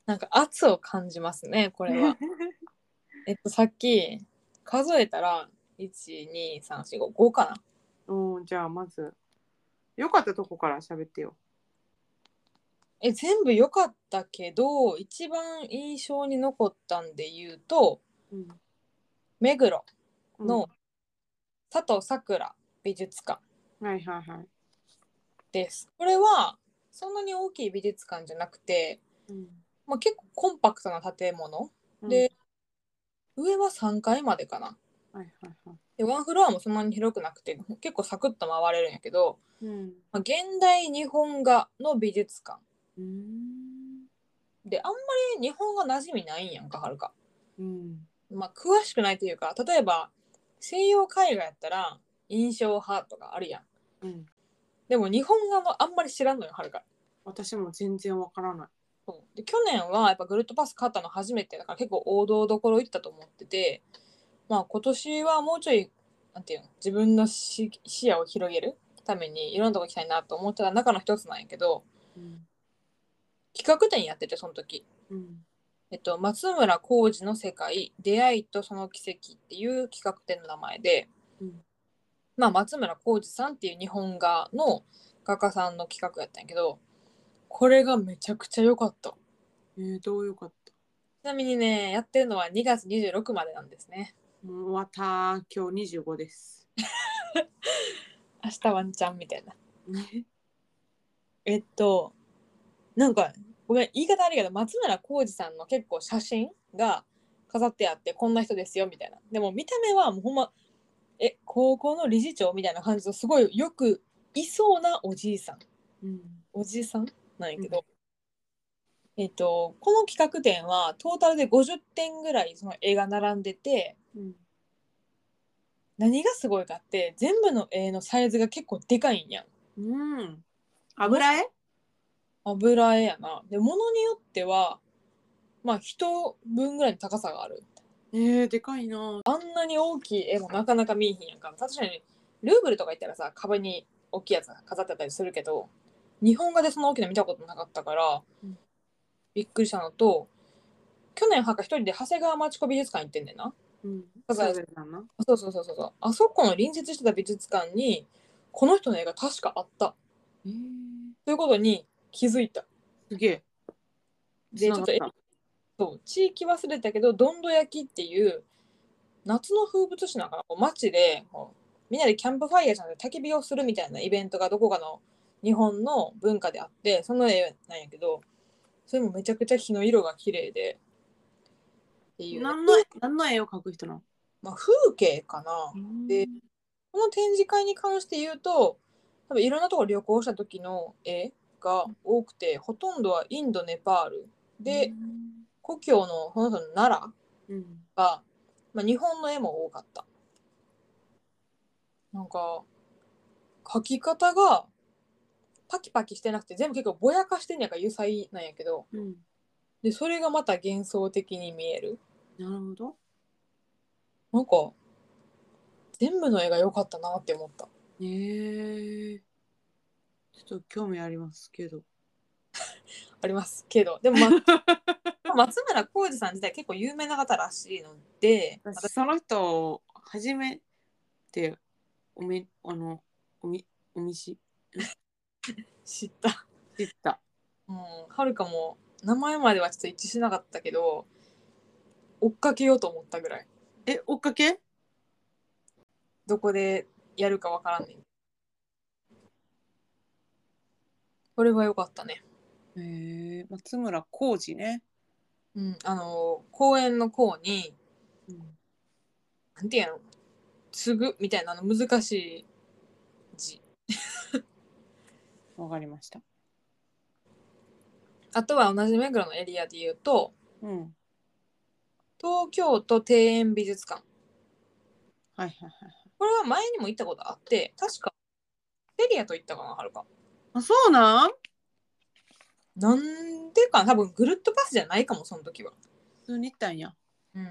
Speaker 1: なんか圧を感じますねこれ は。えっとさっき数えたら12345かな。
Speaker 2: おーじゃあまず良かったとこから喋ってよ。
Speaker 1: え全部良かったけど一番印象に残ったんで言うと
Speaker 2: うん
Speaker 1: 目黒
Speaker 2: うん
Speaker 1: の佐藤さくら美術館
Speaker 2: はいはいはい。
Speaker 1: です。これはそんなに大きい美術館じゃなくて、
Speaker 2: うん
Speaker 1: まあ、結構コンパクトな建物で、上は3階までかな。
Speaker 2: うん、はいはいはい。
Speaker 1: でワンフロアもそんなに広くなくて結構サクッと回れるんやけど、
Speaker 2: うん。
Speaker 1: まあ、現代日本画の美術館
Speaker 2: うん。
Speaker 1: であんまり日本画馴染みないんやんかはるか。
Speaker 2: うん。
Speaker 1: まあ、詳しくないというか例えば西洋絵画やったら印象派とかあるやん
Speaker 2: うん。
Speaker 1: でも日本画もあんまり知らんのよはるか
Speaker 2: 私も全然わからない。
Speaker 1: そうで去年はやっぱグルートパス買ったの初めてだから結構王道どころ行ったと思っててまあ今年はもうちょいなんていうの自分の視視野を広げるためにいろんなとこ行きたいなと思ってた中の一つなんやけど
Speaker 2: うん。
Speaker 1: 企画展やっててその時、
Speaker 2: うん。
Speaker 1: えっと、松村浩二の世界出会いとその奇跡っていう企画展の名前で、
Speaker 2: うん
Speaker 1: まあ、松村浩二さんっていう日本画の画家さんの企画やったんやけどこれがめちゃくちゃ良かったち
Speaker 2: えー、どうよかった。
Speaker 1: なみにねやってるのは2月26までなんですね
Speaker 2: もう終わった。今日25です。
Speaker 1: 明日ワンチャンみたいなえっとなんかごめん言い方あるけど松村浩二さんの結構写真が飾ってあってこんな人ですよみたいなでも見た目はもうほんまえ高校の理事長みたいな感じのすごいよくいそうなおじいさん
Speaker 2: うん。
Speaker 1: おじさんなんやけど、えっとこの企画展はトータルで50点ぐらいその絵が並んでて
Speaker 2: うん。
Speaker 1: 何がすごいかって全部の絵のサイズが結構でかいんやん
Speaker 2: うん。油絵
Speaker 1: 油絵やなで物によってはまあ人分ぐらいの高さがある
Speaker 2: えー、でかいな。
Speaker 1: あんなに大きい絵もなかなか見えへんやんか確かにルーブルとか行ったらさ壁に大きいやつが飾ってたりするけど日本画でそんな大きいの見たことなかったから、
Speaker 2: うん
Speaker 1: びっくりしたのと去年はか一人で長谷川町子美術館行ってんねんな
Speaker 2: うん。
Speaker 1: だから
Speaker 2: そうだな。
Speaker 1: そうそうそうそうそうあそこの隣接してた美術館にこの人の絵が確かあった
Speaker 2: えー、
Speaker 1: ということに気づいた
Speaker 2: すげえ。
Speaker 1: でちょっと
Speaker 2: 繋がた
Speaker 1: そう地域忘れたけどどんど焼きっていう夏の風物詩なのかなこう街でこうみんなでキャンプファイヤーじゃなくて焚き火をするみたいなイベントがどこかの日本の文化であってその絵なんやけどそれもめちゃくちゃ火の色が綺麗でっていう、
Speaker 2: 何の何の絵を描く人なの
Speaker 1: まあ、風景かなで
Speaker 2: うん
Speaker 1: この展示会に関して言うと多分いろんなところ旅行した時の絵が多くてほとんどはインドネパールで、故郷のその人の奈良
Speaker 2: うん。
Speaker 1: が、まあ、日本の絵も多かった。なんか描き方がパキパキしてなくて全部結構ぼやかしてんやから油彩なんやけど
Speaker 2: うん、
Speaker 1: でそれがまた幻想的に見える
Speaker 2: なるほど。
Speaker 1: なんか全部の絵が良かったなって思った
Speaker 2: えー、ちょっと興味ありますけど。
Speaker 1: ありますけどでも、ままあ、松村浩二さん自体結構有名な方らしいので
Speaker 2: 私その人を初めておめあのおみおみし
Speaker 1: 知った、
Speaker 2: 知った。
Speaker 1: うん、はるかも名前まではちょっと一致しなかったけど追っかけようと思ったぐらい
Speaker 2: え追っかけ？
Speaker 1: どこでやるかわからんねんこれは良かったね
Speaker 2: えー、松村浩二ね。
Speaker 1: うんあの公園の公になんていうの継ぐみたいなあの難しい字
Speaker 2: わ、かりました。
Speaker 1: あとは同じ目黒のエリアで言うと
Speaker 2: うん
Speaker 1: 東京都庭園美術館
Speaker 2: はいはいはい。
Speaker 1: これは前にも行ったことあって確かセリアと行ったかなはるか
Speaker 2: あそうなん？
Speaker 1: なんでかな多分ぐるっとパスじゃないかもその時は
Speaker 2: 普通に行ったんや。
Speaker 1: うん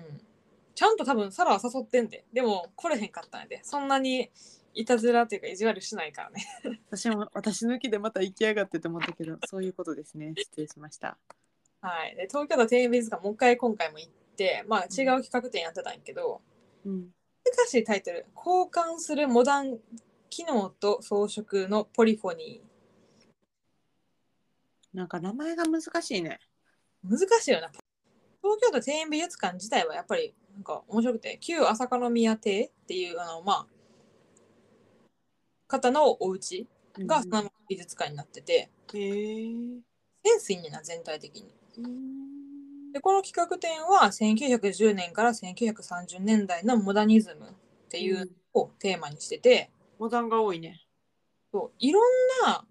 Speaker 1: ちゃんと多分サラは誘ってんででも来れへんかったんやでそんなにいたずらっていうか意地悪しないからね
Speaker 2: 私も私抜きでまた行きやがってと思ったけ ど、そういうことですね。失礼しました。
Speaker 1: はいで東京都庭園美術館もう一回今回も行ってまあ違う企画展やってたんやけど、
Speaker 2: うん。
Speaker 1: 難しいタイトル「交換するモダン機能と装飾のポリフォニー」
Speaker 2: なんか名前が難しいね。
Speaker 1: 難しいよな東京都庭園美術館自体はやっぱりなんか面白くて旧朝香宮邸っていうあのまあ方のお家がそのまま美術館になってて、
Speaker 2: えー。
Speaker 1: センスいいねんな全体的に
Speaker 2: うん
Speaker 1: でこの企画展は1910年から1930年代のモダニズムっていうのをテーマにしてて、
Speaker 2: モダンが多いね。
Speaker 1: そういろんな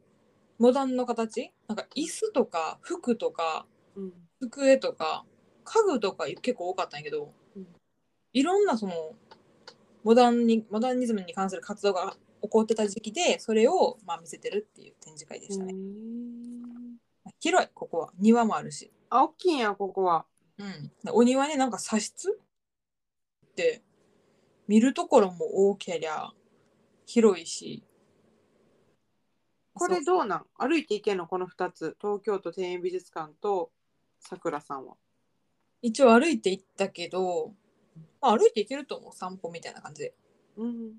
Speaker 1: モダンの形なんか椅子とか服とか
Speaker 2: うん。
Speaker 1: 机とか家具とか結構多かったんやけど、
Speaker 2: うん
Speaker 1: いろんなそのモダンにモダニズムに関する活動が起こってた時期でそれをまあ見せてるっていう展示会でしたね、広いここは庭もあるし、
Speaker 2: あ、大きいんや、ここは。
Speaker 1: うん、でお庭ねなんか茶室って見るところも多けりゃ広いし
Speaker 2: これどうなん歩いていけんのこの2つ。東京都庭園美術館とさくらさんは。
Speaker 1: 一応歩いて行ったけど、まあ、歩いて行けると思う散歩みたいな感じで
Speaker 2: うん。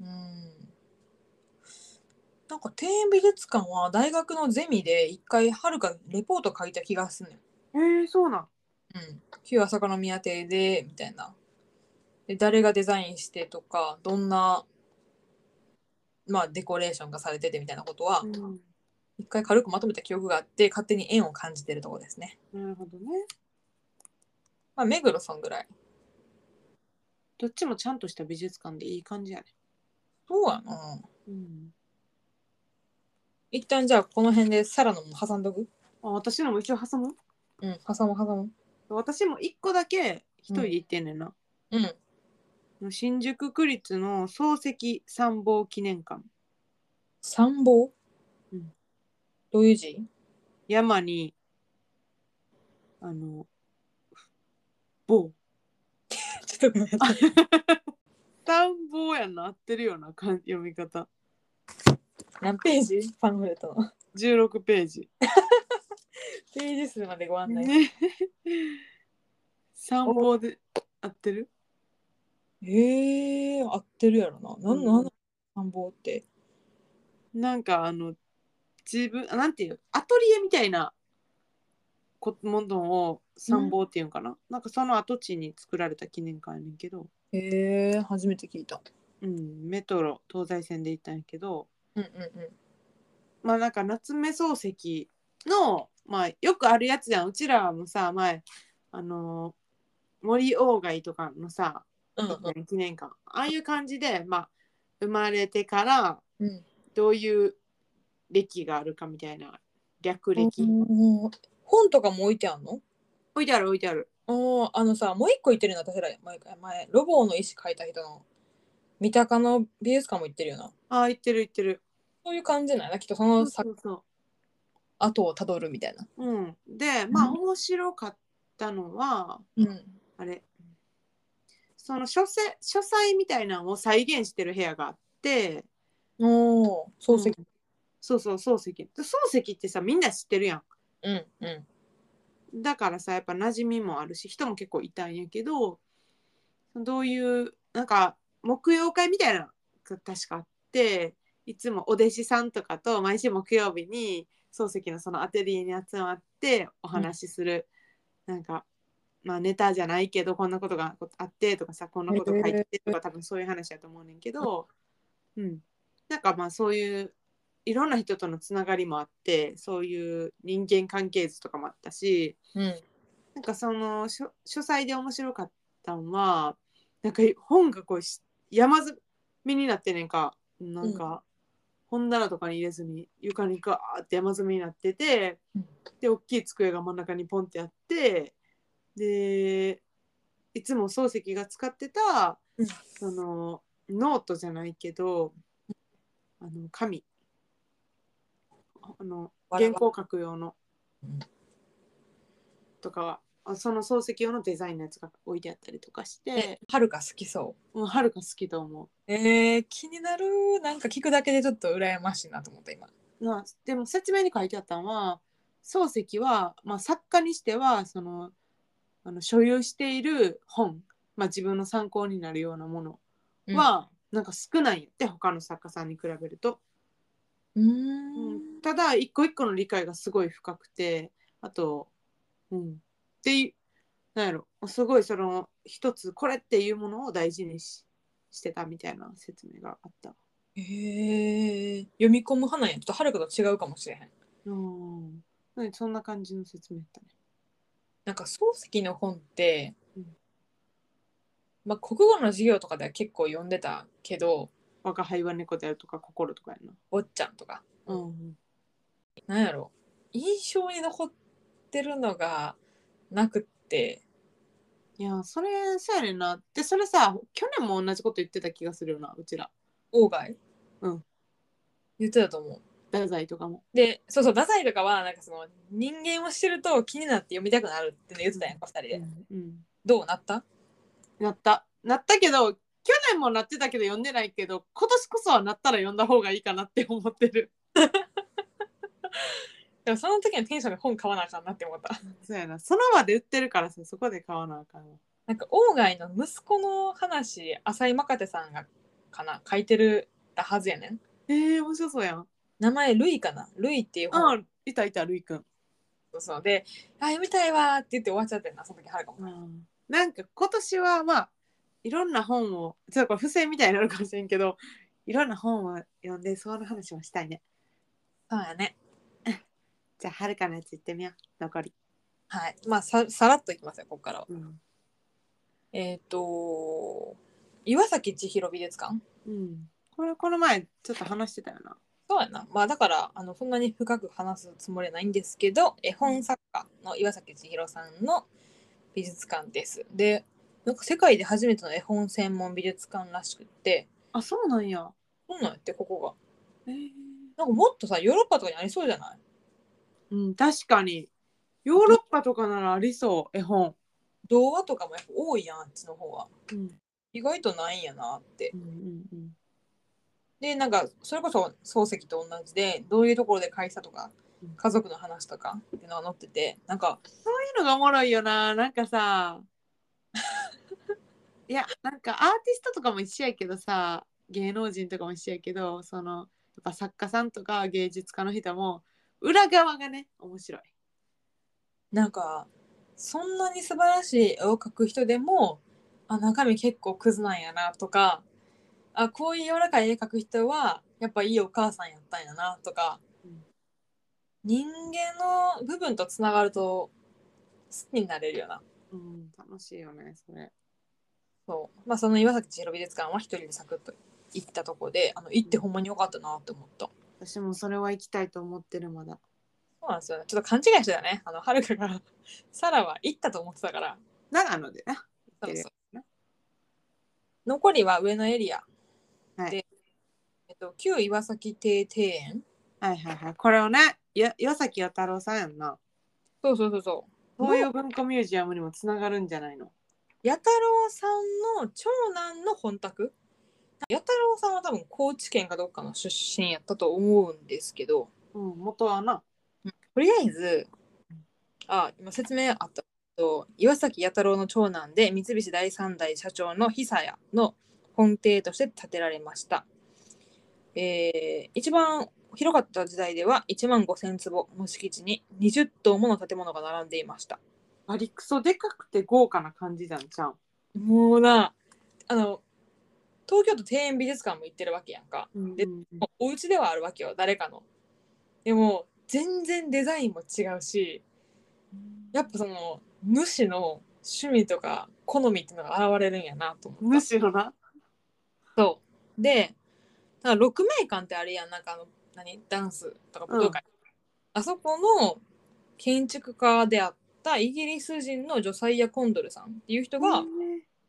Speaker 1: うんなんか庭園美術館は大学のゼミで一回はるかレポート書いた気がすんねん、
Speaker 2: えー、そうなん。
Speaker 1: うん、旧朝霞宮邸でみたいなで誰がデザインしてとかどんなまあデコレーションがされててみたいなことは
Speaker 2: うん
Speaker 1: 一回軽くまとめた記憶があって勝手に縁を感じてるところですね
Speaker 2: なるほどね。
Speaker 1: まあ目黒さんぐらい
Speaker 2: どっちもちゃんとした美術館でいい感じやね。
Speaker 1: そうやな
Speaker 2: うん。
Speaker 1: 一旦じゃあこの辺でサラのも挟んどく
Speaker 2: あ、私のも一応挟む
Speaker 1: うん挟もう挟もう
Speaker 2: 私も1個だけ一人で行ってんねんな。
Speaker 1: うん
Speaker 2: 新宿区立の漱石参謀記念館。
Speaker 1: 参謀、
Speaker 2: うん
Speaker 1: どういう字
Speaker 2: 山に、あの、棒。
Speaker 1: ちょっとごめんなさい。
Speaker 2: 参謀やんな。合ってるような感読み方。
Speaker 1: 何ページ パンフレットの。
Speaker 2: 16ページ。
Speaker 1: ページ数までご案内。
Speaker 2: ね。参謀で合ってる
Speaker 1: ええー、合ってるやろな。なん、
Speaker 2: うん
Speaker 1: なん、参謀って。
Speaker 2: なんかあの自分あなんていうアトリエみたいなこものを参謀っていうんかな、なんかその跡地に作られた記念館やねんけど、
Speaker 1: ええー、初めて聞いた。
Speaker 2: うん、メトロ東西線で行ったんやけど
Speaker 1: うんうんうん。
Speaker 2: まあなんか夏目漱石の、まあ、よくあるやつやんうちらもさ前あのー森鴎外とかのさ
Speaker 1: うん
Speaker 2: 記念館ああいう感じで、まあ、生まれてから
Speaker 1: うん。
Speaker 2: どういう歴があるかみたいな略歴、
Speaker 1: うん。本とかも置いてあんの
Speaker 2: 置いてある置いてある
Speaker 1: ああ、あのさ、もう一個言ってるの私ら前、前、ロボの石書いた人の、三鷹の美術館も行ってるよな。
Speaker 2: ああ、行ってる行ってる。
Speaker 1: そういう感じなんやなきっとその
Speaker 2: そ
Speaker 1: 作
Speaker 2: うそ
Speaker 1: 後をたどるみたいな。
Speaker 2: ううん、でまあ
Speaker 1: うん
Speaker 2: 面白かったのは、
Speaker 1: うん、
Speaker 2: あれその書せ書斎みたいなのを再現してる部屋があって
Speaker 1: おお漱石。
Speaker 2: うんそうそう漱石で漱石ってさみんな知ってるやん
Speaker 1: うんう
Speaker 2: だからさやっぱ馴染みもあるし人も結構いたんやけどどういうなんか木曜会みたいなのが確かあっていつもお弟子さんとかと毎週木曜日に漱石のそのアテリエに集まってお話しする、なんかまあネタじゃないけどこんなことがあってとかさこんなこと書いてとか多分そういう話やと思うねんけど、うん、なんかまあそういういろんな人とのつながりもあってそういう人間関係図とかもあったし
Speaker 1: んうん。
Speaker 2: なんかその書書斎で面白かったのはなんか本がこうし山積みになってんねんかなんか本棚とかに入れずに床にガーって山積みになってて
Speaker 1: うん
Speaker 2: で大きい机が真ん中にポンってあってでいつも漱石が使ってた
Speaker 1: うん
Speaker 2: そのノートじゃないけどあの紙あの原稿書く用の
Speaker 1: うん
Speaker 2: とかはあその漱石用のデザインのやつが置いてあったりとかして
Speaker 1: え、はるか好きそう。
Speaker 2: うん、はるか好きと思
Speaker 1: えー、気になるなんか聞くだけでちょっと羨ましいなと思った今。
Speaker 2: う。なでも説明に書いてあったのは漱石は、まあ、作家にしてはそのあの所有している本、まあ、自分の参考になるようなもの
Speaker 1: うん
Speaker 2: は、なんか少ないんやって他の作家さんに比べると。
Speaker 1: うーん
Speaker 2: うんただ一個一個の理解がすごい深くてあとうんでいなんやろすごいその一つこれっていうものを大事にししてたみたいな説明があった。
Speaker 1: えー、読み込む派なんやちょっとはるかと違うかもしれへん。
Speaker 2: うん、なんでそんな感じの説明だったね。
Speaker 1: なんか漱石の本って、
Speaker 2: うん
Speaker 1: まあ、国語の授業とかでは結構読んでたけど
Speaker 2: 我が輩は猫であるとか心とかやな。
Speaker 1: 坊っちゃんとか
Speaker 2: うん、
Speaker 1: なんやろ印象に残ってるのがなくって
Speaker 2: いやそれそうやねんな。でそれさ去年も同じこと言ってた気がするよなうちら
Speaker 1: 鴎外、
Speaker 2: うん、
Speaker 1: 言ってたと思う。
Speaker 2: 太宰とかも。
Speaker 1: でそうそう太宰とかはなんかその人間を知ると気になって読みたくなるっていうの言ってたやんか2人で、
Speaker 2: うん、
Speaker 1: どうなった
Speaker 2: なったなったけど去年もなってたけど読んでないけど今年こそはなったら読んだ方がいいかなって思ってる
Speaker 1: でもその時のテンションで本買わなあかんなって思った
Speaker 2: そうやなその場で売ってるからさそこで買わなあかんわ
Speaker 1: なんか鴎外の息子の話浅井若手さんがかな書いてるたはずやねん
Speaker 2: えー、面白そうやん
Speaker 1: 名前ルイかなルイっていう本
Speaker 2: ああいたいたるいくん、
Speaker 1: そうで「あ読みたいわ」って言って終わっちゃってんなその時はるかも、
Speaker 2: なんか今年はまあいろんな本をちょっとこれ不正みたいになるかもしれんけどいろんな本を読んでその話もしたいね
Speaker 1: そうやね
Speaker 2: じゃあはるかのやつ行ってみよう残り、
Speaker 1: はいまあささらっといきますよここからは
Speaker 2: うん
Speaker 1: えっ、と岩崎千尋美術館
Speaker 2: うん、これこの前ちょっと話してたよな
Speaker 1: そうやな。まあだから、あの、そんなに深く話すつもりはないんですけど、絵本作家の岩崎千尋さんの美術館です。で、なんか世界で初めての絵本専門美術館らしくって、
Speaker 2: あそうなんや
Speaker 1: そうなんやって、ここが。
Speaker 2: えー
Speaker 1: なんかもっとさ、ヨーロッパとかにありそうじゃない
Speaker 2: うん、確かに。ヨーロッパとかならありそう、絵本。
Speaker 1: 童話とかもやっぱ多いやん、あっちの方は。
Speaker 2: うん、
Speaker 1: 意外とないんやなって
Speaker 2: う。ん、うん。
Speaker 1: で、なんか、それこそ漱石と同じで、どういうところで会社とか
Speaker 2: うん、
Speaker 1: 家族の話とかっていうのが載ってて、なんか、
Speaker 2: そういうのがおもろいよな、なんかさ。 いや、なんかアーティストとかも一緒やけどさ、芸能人とかも一緒やけど、その、やっぱ作家さんとか芸術家の人も、裏側がね、面白い。
Speaker 1: なんかそんなに素晴らしい絵を描く人でもあ中身結構クズなんやなとかあこういう柔らかい絵描く人はやっぱいいお母さんやったんやなとか、
Speaker 2: うん
Speaker 1: 人間の部分とつながると好きになれるよな
Speaker 2: うん、楽しいよね、それ。
Speaker 1: そう、まあ、その岩崎千尋美術館は一人でサクッと行ったとこであの行ってほんまによかったなって思った。
Speaker 2: 私もそれは行きたいと思ってる、まだ。
Speaker 1: そうなんですよね。ちょっと勘違いしてたね。あの、はるかが、サラは行ったと思ってたから。
Speaker 2: 長野でな。
Speaker 1: そう
Speaker 2: 行ってる
Speaker 1: そう
Speaker 2: よな
Speaker 1: 残りは上のエリアで、
Speaker 2: はい
Speaker 1: えっと旧岩崎邸庭園
Speaker 2: はいはいはい。これをね、よ岩崎弥太郎さんやんな。
Speaker 1: そうそうそうそう
Speaker 2: 東洋文庫ミュージアムにもつながるんじゃないの
Speaker 1: 弥太郎さんの長男の本宅弥太郎さんは多分高知県かどっかの出身やったと思うんですけど
Speaker 2: うん、元はな。
Speaker 1: とりあえずあ今説明あったと岩崎弥太郎の長男で三菱第三代社長の久屋の本邸として建てられました、えー一番広かった時代では1万5,000坪の敷地に20棟もの建物が並んでいました
Speaker 2: ありくそでかくて豪華な感じじゃんちゃん。
Speaker 1: もうなあの東京都庭園美術館も行ってるわけやんか
Speaker 2: うん
Speaker 1: でもうお家ではあるわけよ誰かのでも全然デザインも違うしやっぱその主の趣味とか好みっていうのが現れるんやなと思った
Speaker 2: むしろな。
Speaker 1: そうでだから6名館ってあれやんなんかあの何ダンスとか武道会、あそこの建築家であったイギリス人のジョサイア・コンドルさんっていう人が
Speaker 2: へえ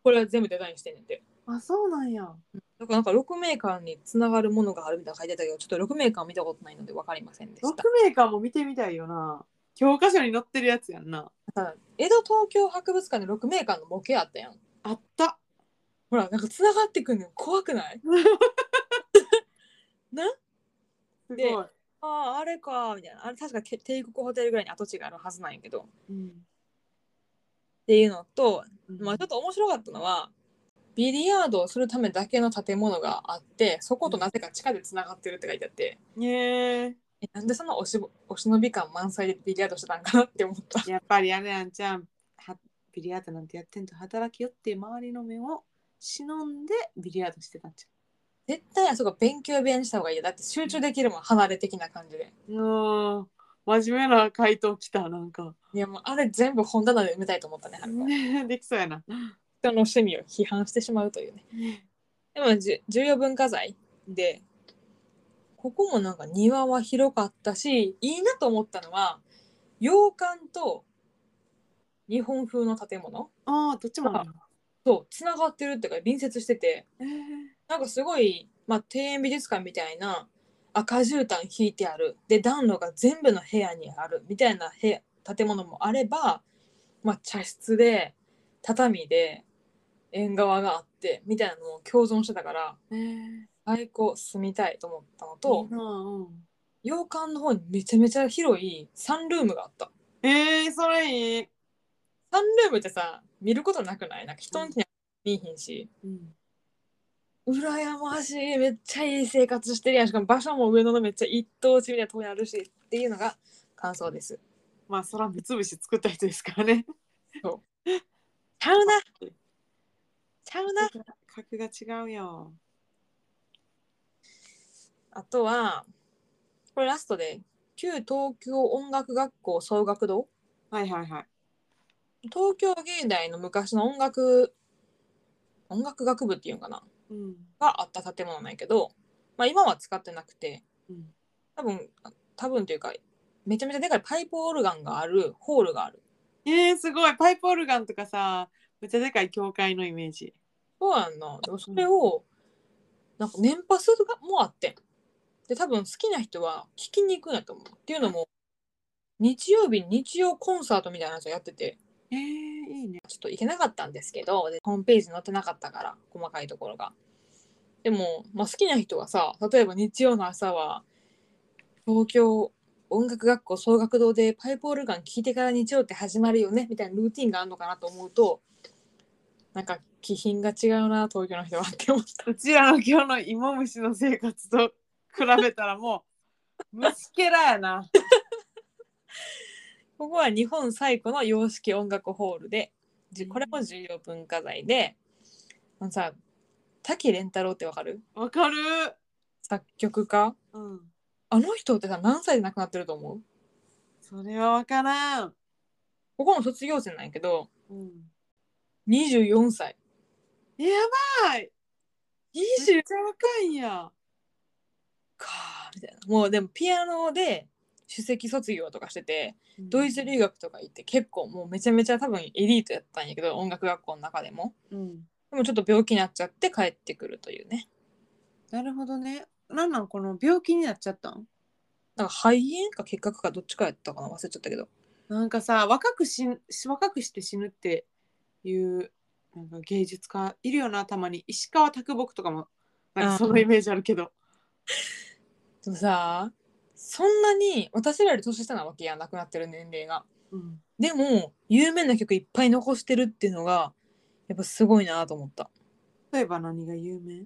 Speaker 1: これは全部デザインしてんねんて
Speaker 2: あ、そうなんや。
Speaker 1: だからなんか6名間につながるものがあるみたいな書いてあったけどちょっと6名間見たことないので分かりませんでし
Speaker 2: 六
Speaker 1: た
Speaker 2: 名館も見てみたいよな。教科書に載ってるやつやんな。
Speaker 1: さ江戸東京博物館で6名間の模型あったやん
Speaker 2: あった。
Speaker 1: ほらなんかつながってくんの怖くない
Speaker 2: すご
Speaker 1: で
Speaker 2: い。
Speaker 1: あああれかみたいなあれ確かけ帝国ホテルぐらいに跡地があるはずなんやけどっ
Speaker 2: うん
Speaker 1: ていうのと、まあ、ちょっと面白かったのはビリヤードをするためだけの建物があってそことなぜか地下でつながってるって書いてあって、
Speaker 2: ねえ
Speaker 1: えなんでそんなおしぼお忍び感満載でビリヤードしてたんかなって思った
Speaker 2: やっぱりあれやんちゃん。はビリヤードなんてやってんと働きよって周りの目を忍んでビリヤードしてたんちゃ
Speaker 1: 絶対あそこ勉強部屋にした方がいいよだって集中できるもん離れ的な感じで
Speaker 2: う。うん。真面目な回答来たなんか。
Speaker 1: いやもうあれ全部本棚で埋めたいと思ったねはるかは
Speaker 2: ねできそうやな。
Speaker 1: 人の趣味を批判してしまうというねでもじゅ重要文化財でここもなんか庭は広かったしいいなと思ったのは洋館と日本風の建物
Speaker 2: ああ、どっちもあるな。
Speaker 1: とつながってるっていうか隣接してて
Speaker 2: えー
Speaker 1: なんかすごい、まあ、庭園美術館みたいな赤絨毯引いてあるで暖炉が全部の部屋にあるみたいな部屋建物もあれば、まあ、茶室で畳で縁側があってみたいなのも共存してたから
Speaker 2: えー
Speaker 1: 最高住みたいと思ったのと、
Speaker 2: いいなうん
Speaker 1: 洋館の方にめちゃめちゃ広いサンルームがあった
Speaker 2: えー、それいい。
Speaker 1: サンルームってさ見ることなくないなんか人には見えへんし、
Speaker 2: うん、
Speaker 1: 羨ましいめっちゃいい生活してるやんしかも場所も上野のめっちゃ一等地みたいなとこにあるしっていうのが感想です
Speaker 2: まあ、そら目つぶし作った人ですからね。
Speaker 1: ちゃうなちゃうな
Speaker 2: 格が違うよ。
Speaker 1: あとはこれラストで旧東京音楽学校総学堂
Speaker 2: はいはいはい。
Speaker 1: 東京芸大の昔の音楽音楽学部っていうんかな
Speaker 2: うん。
Speaker 1: があった建物なんやけど、まあ、今は使ってなくて
Speaker 2: うん。
Speaker 1: 多分多分というかめちゃめちゃでかいパイプオルガンがあるホールがある
Speaker 2: えー、すごい。パイプオルガンとかさ、めっちゃでかい教会のイメージ。
Speaker 1: そうやんな。でもそれを、なんか年パスがもあってん。で、多分好きな人は聞きに行くんやと思う。っていうのも、日曜日に日曜コンサートみたいなやつをやってて、
Speaker 2: えー、いいね。
Speaker 1: ちょっと行けなかったんですけど、でホームページに載ってなかったから、細かいところが。でも、まあ、好きな人はさ、例えば日曜の朝は、東京音楽学校総学堂でパイプオルガン聴いてから日曜って始まるよね、みたいなルーティンがあるのかなと思うと、なんか気品が違うな、東京の人はって思った。
Speaker 2: うちらの今日の芋虫の生活と比べたらもう、虫けらやな。
Speaker 1: ここは日本最古の洋式音楽ホールで、じこれも重要文化財で、あのさ、滝蓮太郎ってわかる
Speaker 2: わかる。
Speaker 1: 作曲家
Speaker 2: うん。
Speaker 1: あの人ってさ、何歳で亡くなってると思う
Speaker 2: それはわからん。
Speaker 1: ここの卒業生なんやけど、
Speaker 2: うん。
Speaker 1: 24歳。
Speaker 2: やばい。め
Speaker 1: 20
Speaker 2: っちゃ若いんや。
Speaker 1: かみたいな。もうでもピアノで首席卒業とかしてて、ドイツ留学とか行って結構もうめちゃめちゃ多分エリートやったんやけど、音楽学校の中でも。
Speaker 2: うん。
Speaker 1: でもちょっと病気になっちゃって帰ってくるというね。
Speaker 2: なるほどね。なんなんこの病気になっちゃったん
Speaker 1: なんか肺炎か結核かどっちかやったかな忘れちゃったけど
Speaker 2: なんかさ若くし若くして死ぬっていうなんか芸術家いるよなたまに石川啄木とかもなんかそのイメージあるけど
Speaker 1: でもさそんなに私らより年下なわけやん亡くなってる年齢が
Speaker 2: うん
Speaker 1: でも有名な曲いっぱい残してるっていうのがやっぱすごいなと思った
Speaker 2: 例えば何が有名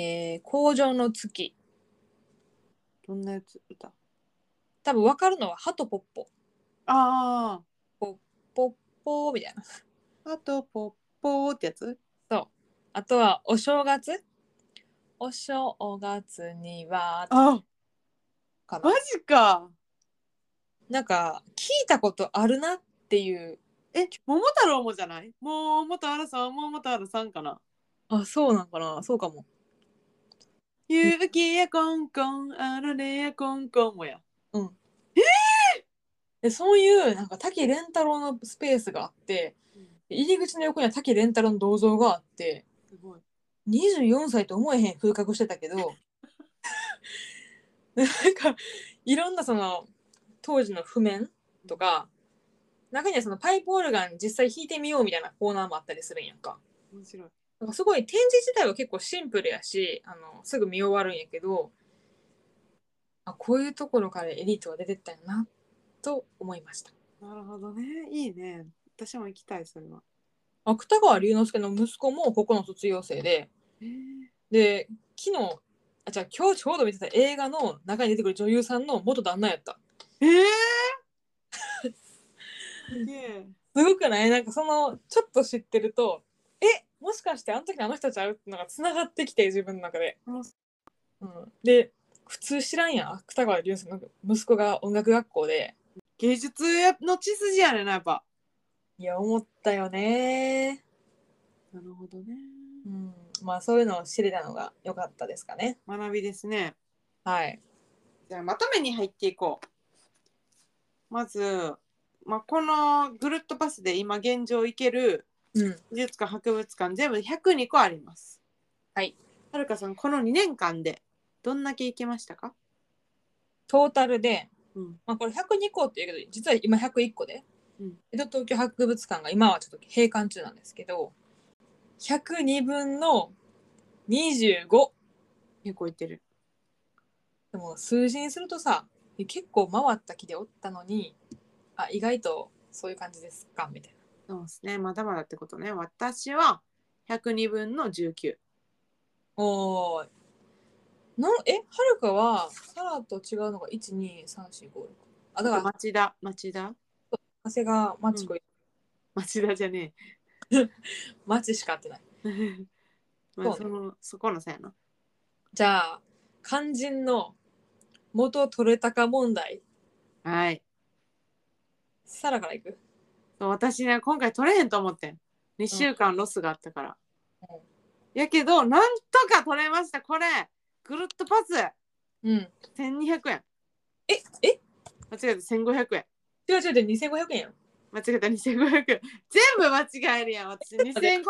Speaker 1: えー、工場の月
Speaker 2: どんなやつ歌
Speaker 1: 多分分かるのは「ハトポッポ
Speaker 2: あ」
Speaker 1: ポッポーみたいな
Speaker 2: ああとポッポーってやつ
Speaker 1: あとは「お正月」「お正月には
Speaker 2: あ」
Speaker 1: かな
Speaker 2: マジか
Speaker 1: なんか聞いたことあるなっていう
Speaker 2: え桃太郎もじゃない桃太郎さん桃太郎さんかな
Speaker 1: あそうなんかなそうかも
Speaker 2: 勇気やコンコンあられやコンコンもや
Speaker 1: でそういうなんか滝蓮太郎のスペースがあって入り口の横には滝蓮太郎の銅像があって
Speaker 2: すごい
Speaker 1: 24歳と思えへん風格してたけど なんかいろんなその当時の譜面とか中にはそのパイプオルガン実際弾いてみようみたいなコーナーもあったりするんやんか。
Speaker 2: 面白い
Speaker 1: なんかすごい展示自体は結構シンプルやしあのすぐ見終わるんやけどあこういうところからエリートが出てったんやなと思いました。
Speaker 2: なるほどねいいね私も行きたいそれは
Speaker 1: 芥川龍之介の息子もここの卒業生で
Speaker 2: えー
Speaker 1: で昨日あじゃあ今日ちょうど見てた映画の中に出てくる女優さんの元旦那やった
Speaker 2: えー、すげえ
Speaker 1: すごくないなんかそのちょっと知ってるとえもしかしてあの時のあの人ちゃうってのがつながってきて自分の中で、
Speaker 2: うん
Speaker 1: うん、で普通知らんやん芥川龍之介の息子が音楽学校で
Speaker 2: 芸術の血筋やねんなやっぱ
Speaker 1: いや思ったよね
Speaker 2: なるほどね
Speaker 1: うんまあそういうのを知れたのが良かったですかね
Speaker 2: 学びですね
Speaker 1: はい
Speaker 2: じゃあまとめに入っていこうまず、まあ、このぐるっとパスで今現状行ける
Speaker 1: うん
Speaker 2: 美術館博物館全部で102個あります
Speaker 1: はい
Speaker 2: はるかさんこの2年間でどんだけ行きましたか
Speaker 1: トータルで
Speaker 2: うん
Speaker 1: まあ、これ102校っていうけど実は今101個で、
Speaker 2: うん
Speaker 1: 江戸東京博物館が今はちょっと閉館中なんですけど102分の25
Speaker 2: 結構行ってる
Speaker 1: でも数字にするとさ結構回った気でおったのにあ意外とそういう感じですかみたいな
Speaker 2: そうですねまだまだってことね私は102分の19
Speaker 1: おーのえはるかはサラと違うのが12345あだから
Speaker 2: 町田町田
Speaker 1: 長谷川町子、
Speaker 2: 町田じゃね
Speaker 1: 町しか合ってない
Speaker 2: え まあ
Speaker 1: そうね
Speaker 2: そのそこのさやな
Speaker 1: じゃあ肝心の元取れたか問題
Speaker 2: はい
Speaker 1: サラから行く。
Speaker 2: そう私ね今回取れへんと思ってん2週間ロスがあったから、
Speaker 1: うん
Speaker 2: やけどなんとか取れましたこれぐるっとパス
Speaker 1: うん。
Speaker 2: 1200円
Speaker 1: え、え、
Speaker 2: 間違えた1500円
Speaker 1: 違う違う違う、二千五百円やん。
Speaker 2: 間違えた2500円全部間違えるや ん私2500円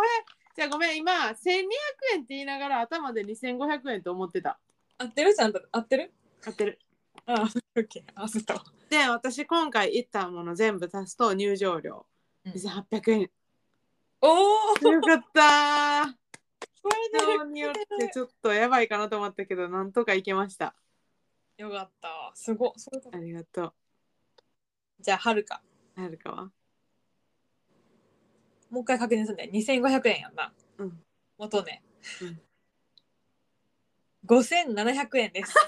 Speaker 2: じゃあごめん今1200円って言いながら頭で2500円と思ってた
Speaker 1: 合ってるちゃんと合ってる。
Speaker 2: 合ってる
Speaker 1: あ、オ ッケー、合わせたわ。
Speaker 2: で私今回行ったもの全部足すと入場料
Speaker 1: うん
Speaker 2: 2800円、
Speaker 1: おお、
Speaker 2: よかったー
Speaker 1: これ
Speaker 2: 人によってちょっとやばいかなと思ったけどなんとか行けました
Speaker 1: で。よかった。すごい。そういうこと
Speaker 2: ありがと
Speaker 1: じゃあ、はるか。
Speaker 2: うはるかは
Speaker 1: もう一回確認するんだよ。二千五百円やんな。
Speaker 2: うん。
Speaker 1: 元ね
Speaker 2: うん。
Speaker 1: 五千七百円 です。
Speaker 2: 今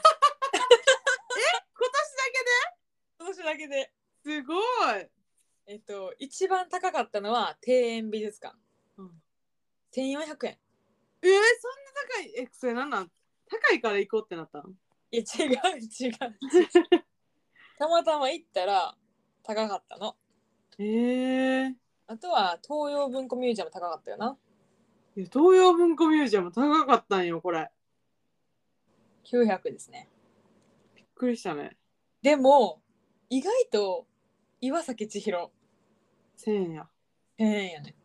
Speaker 1: 今年だけで。
Speaker 2: 年だけですごい
Speaker 1: えっと、一番高かったのは庭園美術館
Speaker 2: うん。
Speaker 1: 千四百円。
Speaker 2: えー、そんな高いえそれなんなん高いから行こうってなったの
Speaker 1: いや、違う、違う。 たまたま行ったら。高かったの。
Speaker 2: えー、
Speaker 1: あとは東洋文庫ミュージアム高かったよな。
Speaker 2: いや東洋文庫ミュージアム高かったんよこれ
Speaker 1: 900ですね。
Speaker 2: びっくりしたね
Speaker 1: でも、意外と岩崎千尋、
Speaker 2: 1000円や
Speaker 1: 1000円やね。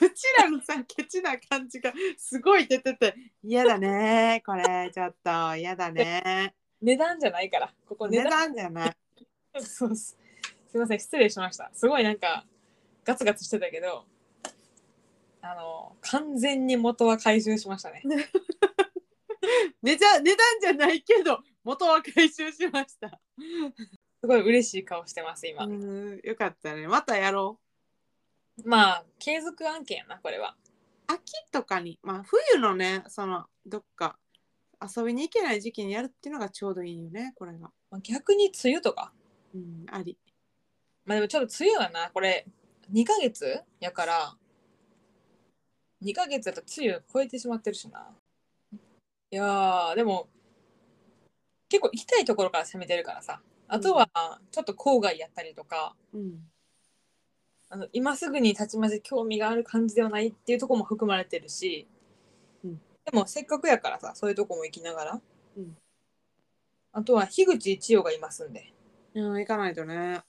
Speaker 2: うちらのさケチな感じがすごい出てて嫌だねこれちょっと嫌だね
Speaker 1: 値段じゃないからここ値
Speaker 2: 値
Speaker 1: 段
Speaker 2: 段じゃない
Speaker 1: そうっすすいません失礼しましたすごいなんかガツガツしてたけどあの完全に元は回収しましたね
Speaker 2: 値段値段じゃないけど元は回収しました
Speaker 1: すごい嬉しい顔してます今、
Speaker 2: うんよかったねまたやろ
Speaker 1: まあ継続案件やなこれは
Speaker 2: う秋とかにまあ冬のねそのどっか遊びに行けない時期にやるっていうのがちょうどいいよねこれが
Speaker 1: まあ逆に梅雨とか
Speaker 2: うんあり
Speaker 1: まあでもちょっと梅雨はなこれ2ヶ月やから2ヶ月だと梅雨超えてしまってるしないやーでも結構行きたいところから攻めてるからさあとはちょっと郊外やったりとか、
Speaker 2: うん
Speaker 1: あの今すぐにたちまち興味がある感じではないっていうところも含まれてるし、
Speaker 2: うん
Speaker 1: でもせっかくやからさそういうとこも行きながら、
Speaker 2: うん
Speaker 1: あとは樋口一葉がいますんで、
Speaker 2: うん行かないとね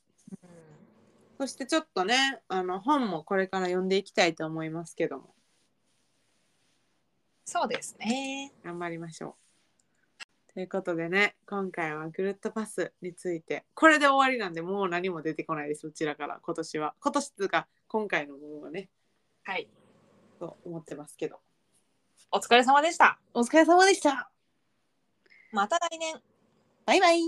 Speaker 2: そしてちょっとねあの本もこれから読んでいきたいと思いますけども
Speaker 1: そうですね
Speaker 2: 頑張りましょう。ということでね今回はぐるっとパスについてこれで終わりなんでもう何も出てこないですうちらから今年は今年というか今回の分はね
Speaker 1: はい
Speaker 2: と思ってますけど
Speaker 1: お疲れ様でした
Speaker 2: お疲れ様でした
Speaker 1: また来年
Speaker 2: バイバイ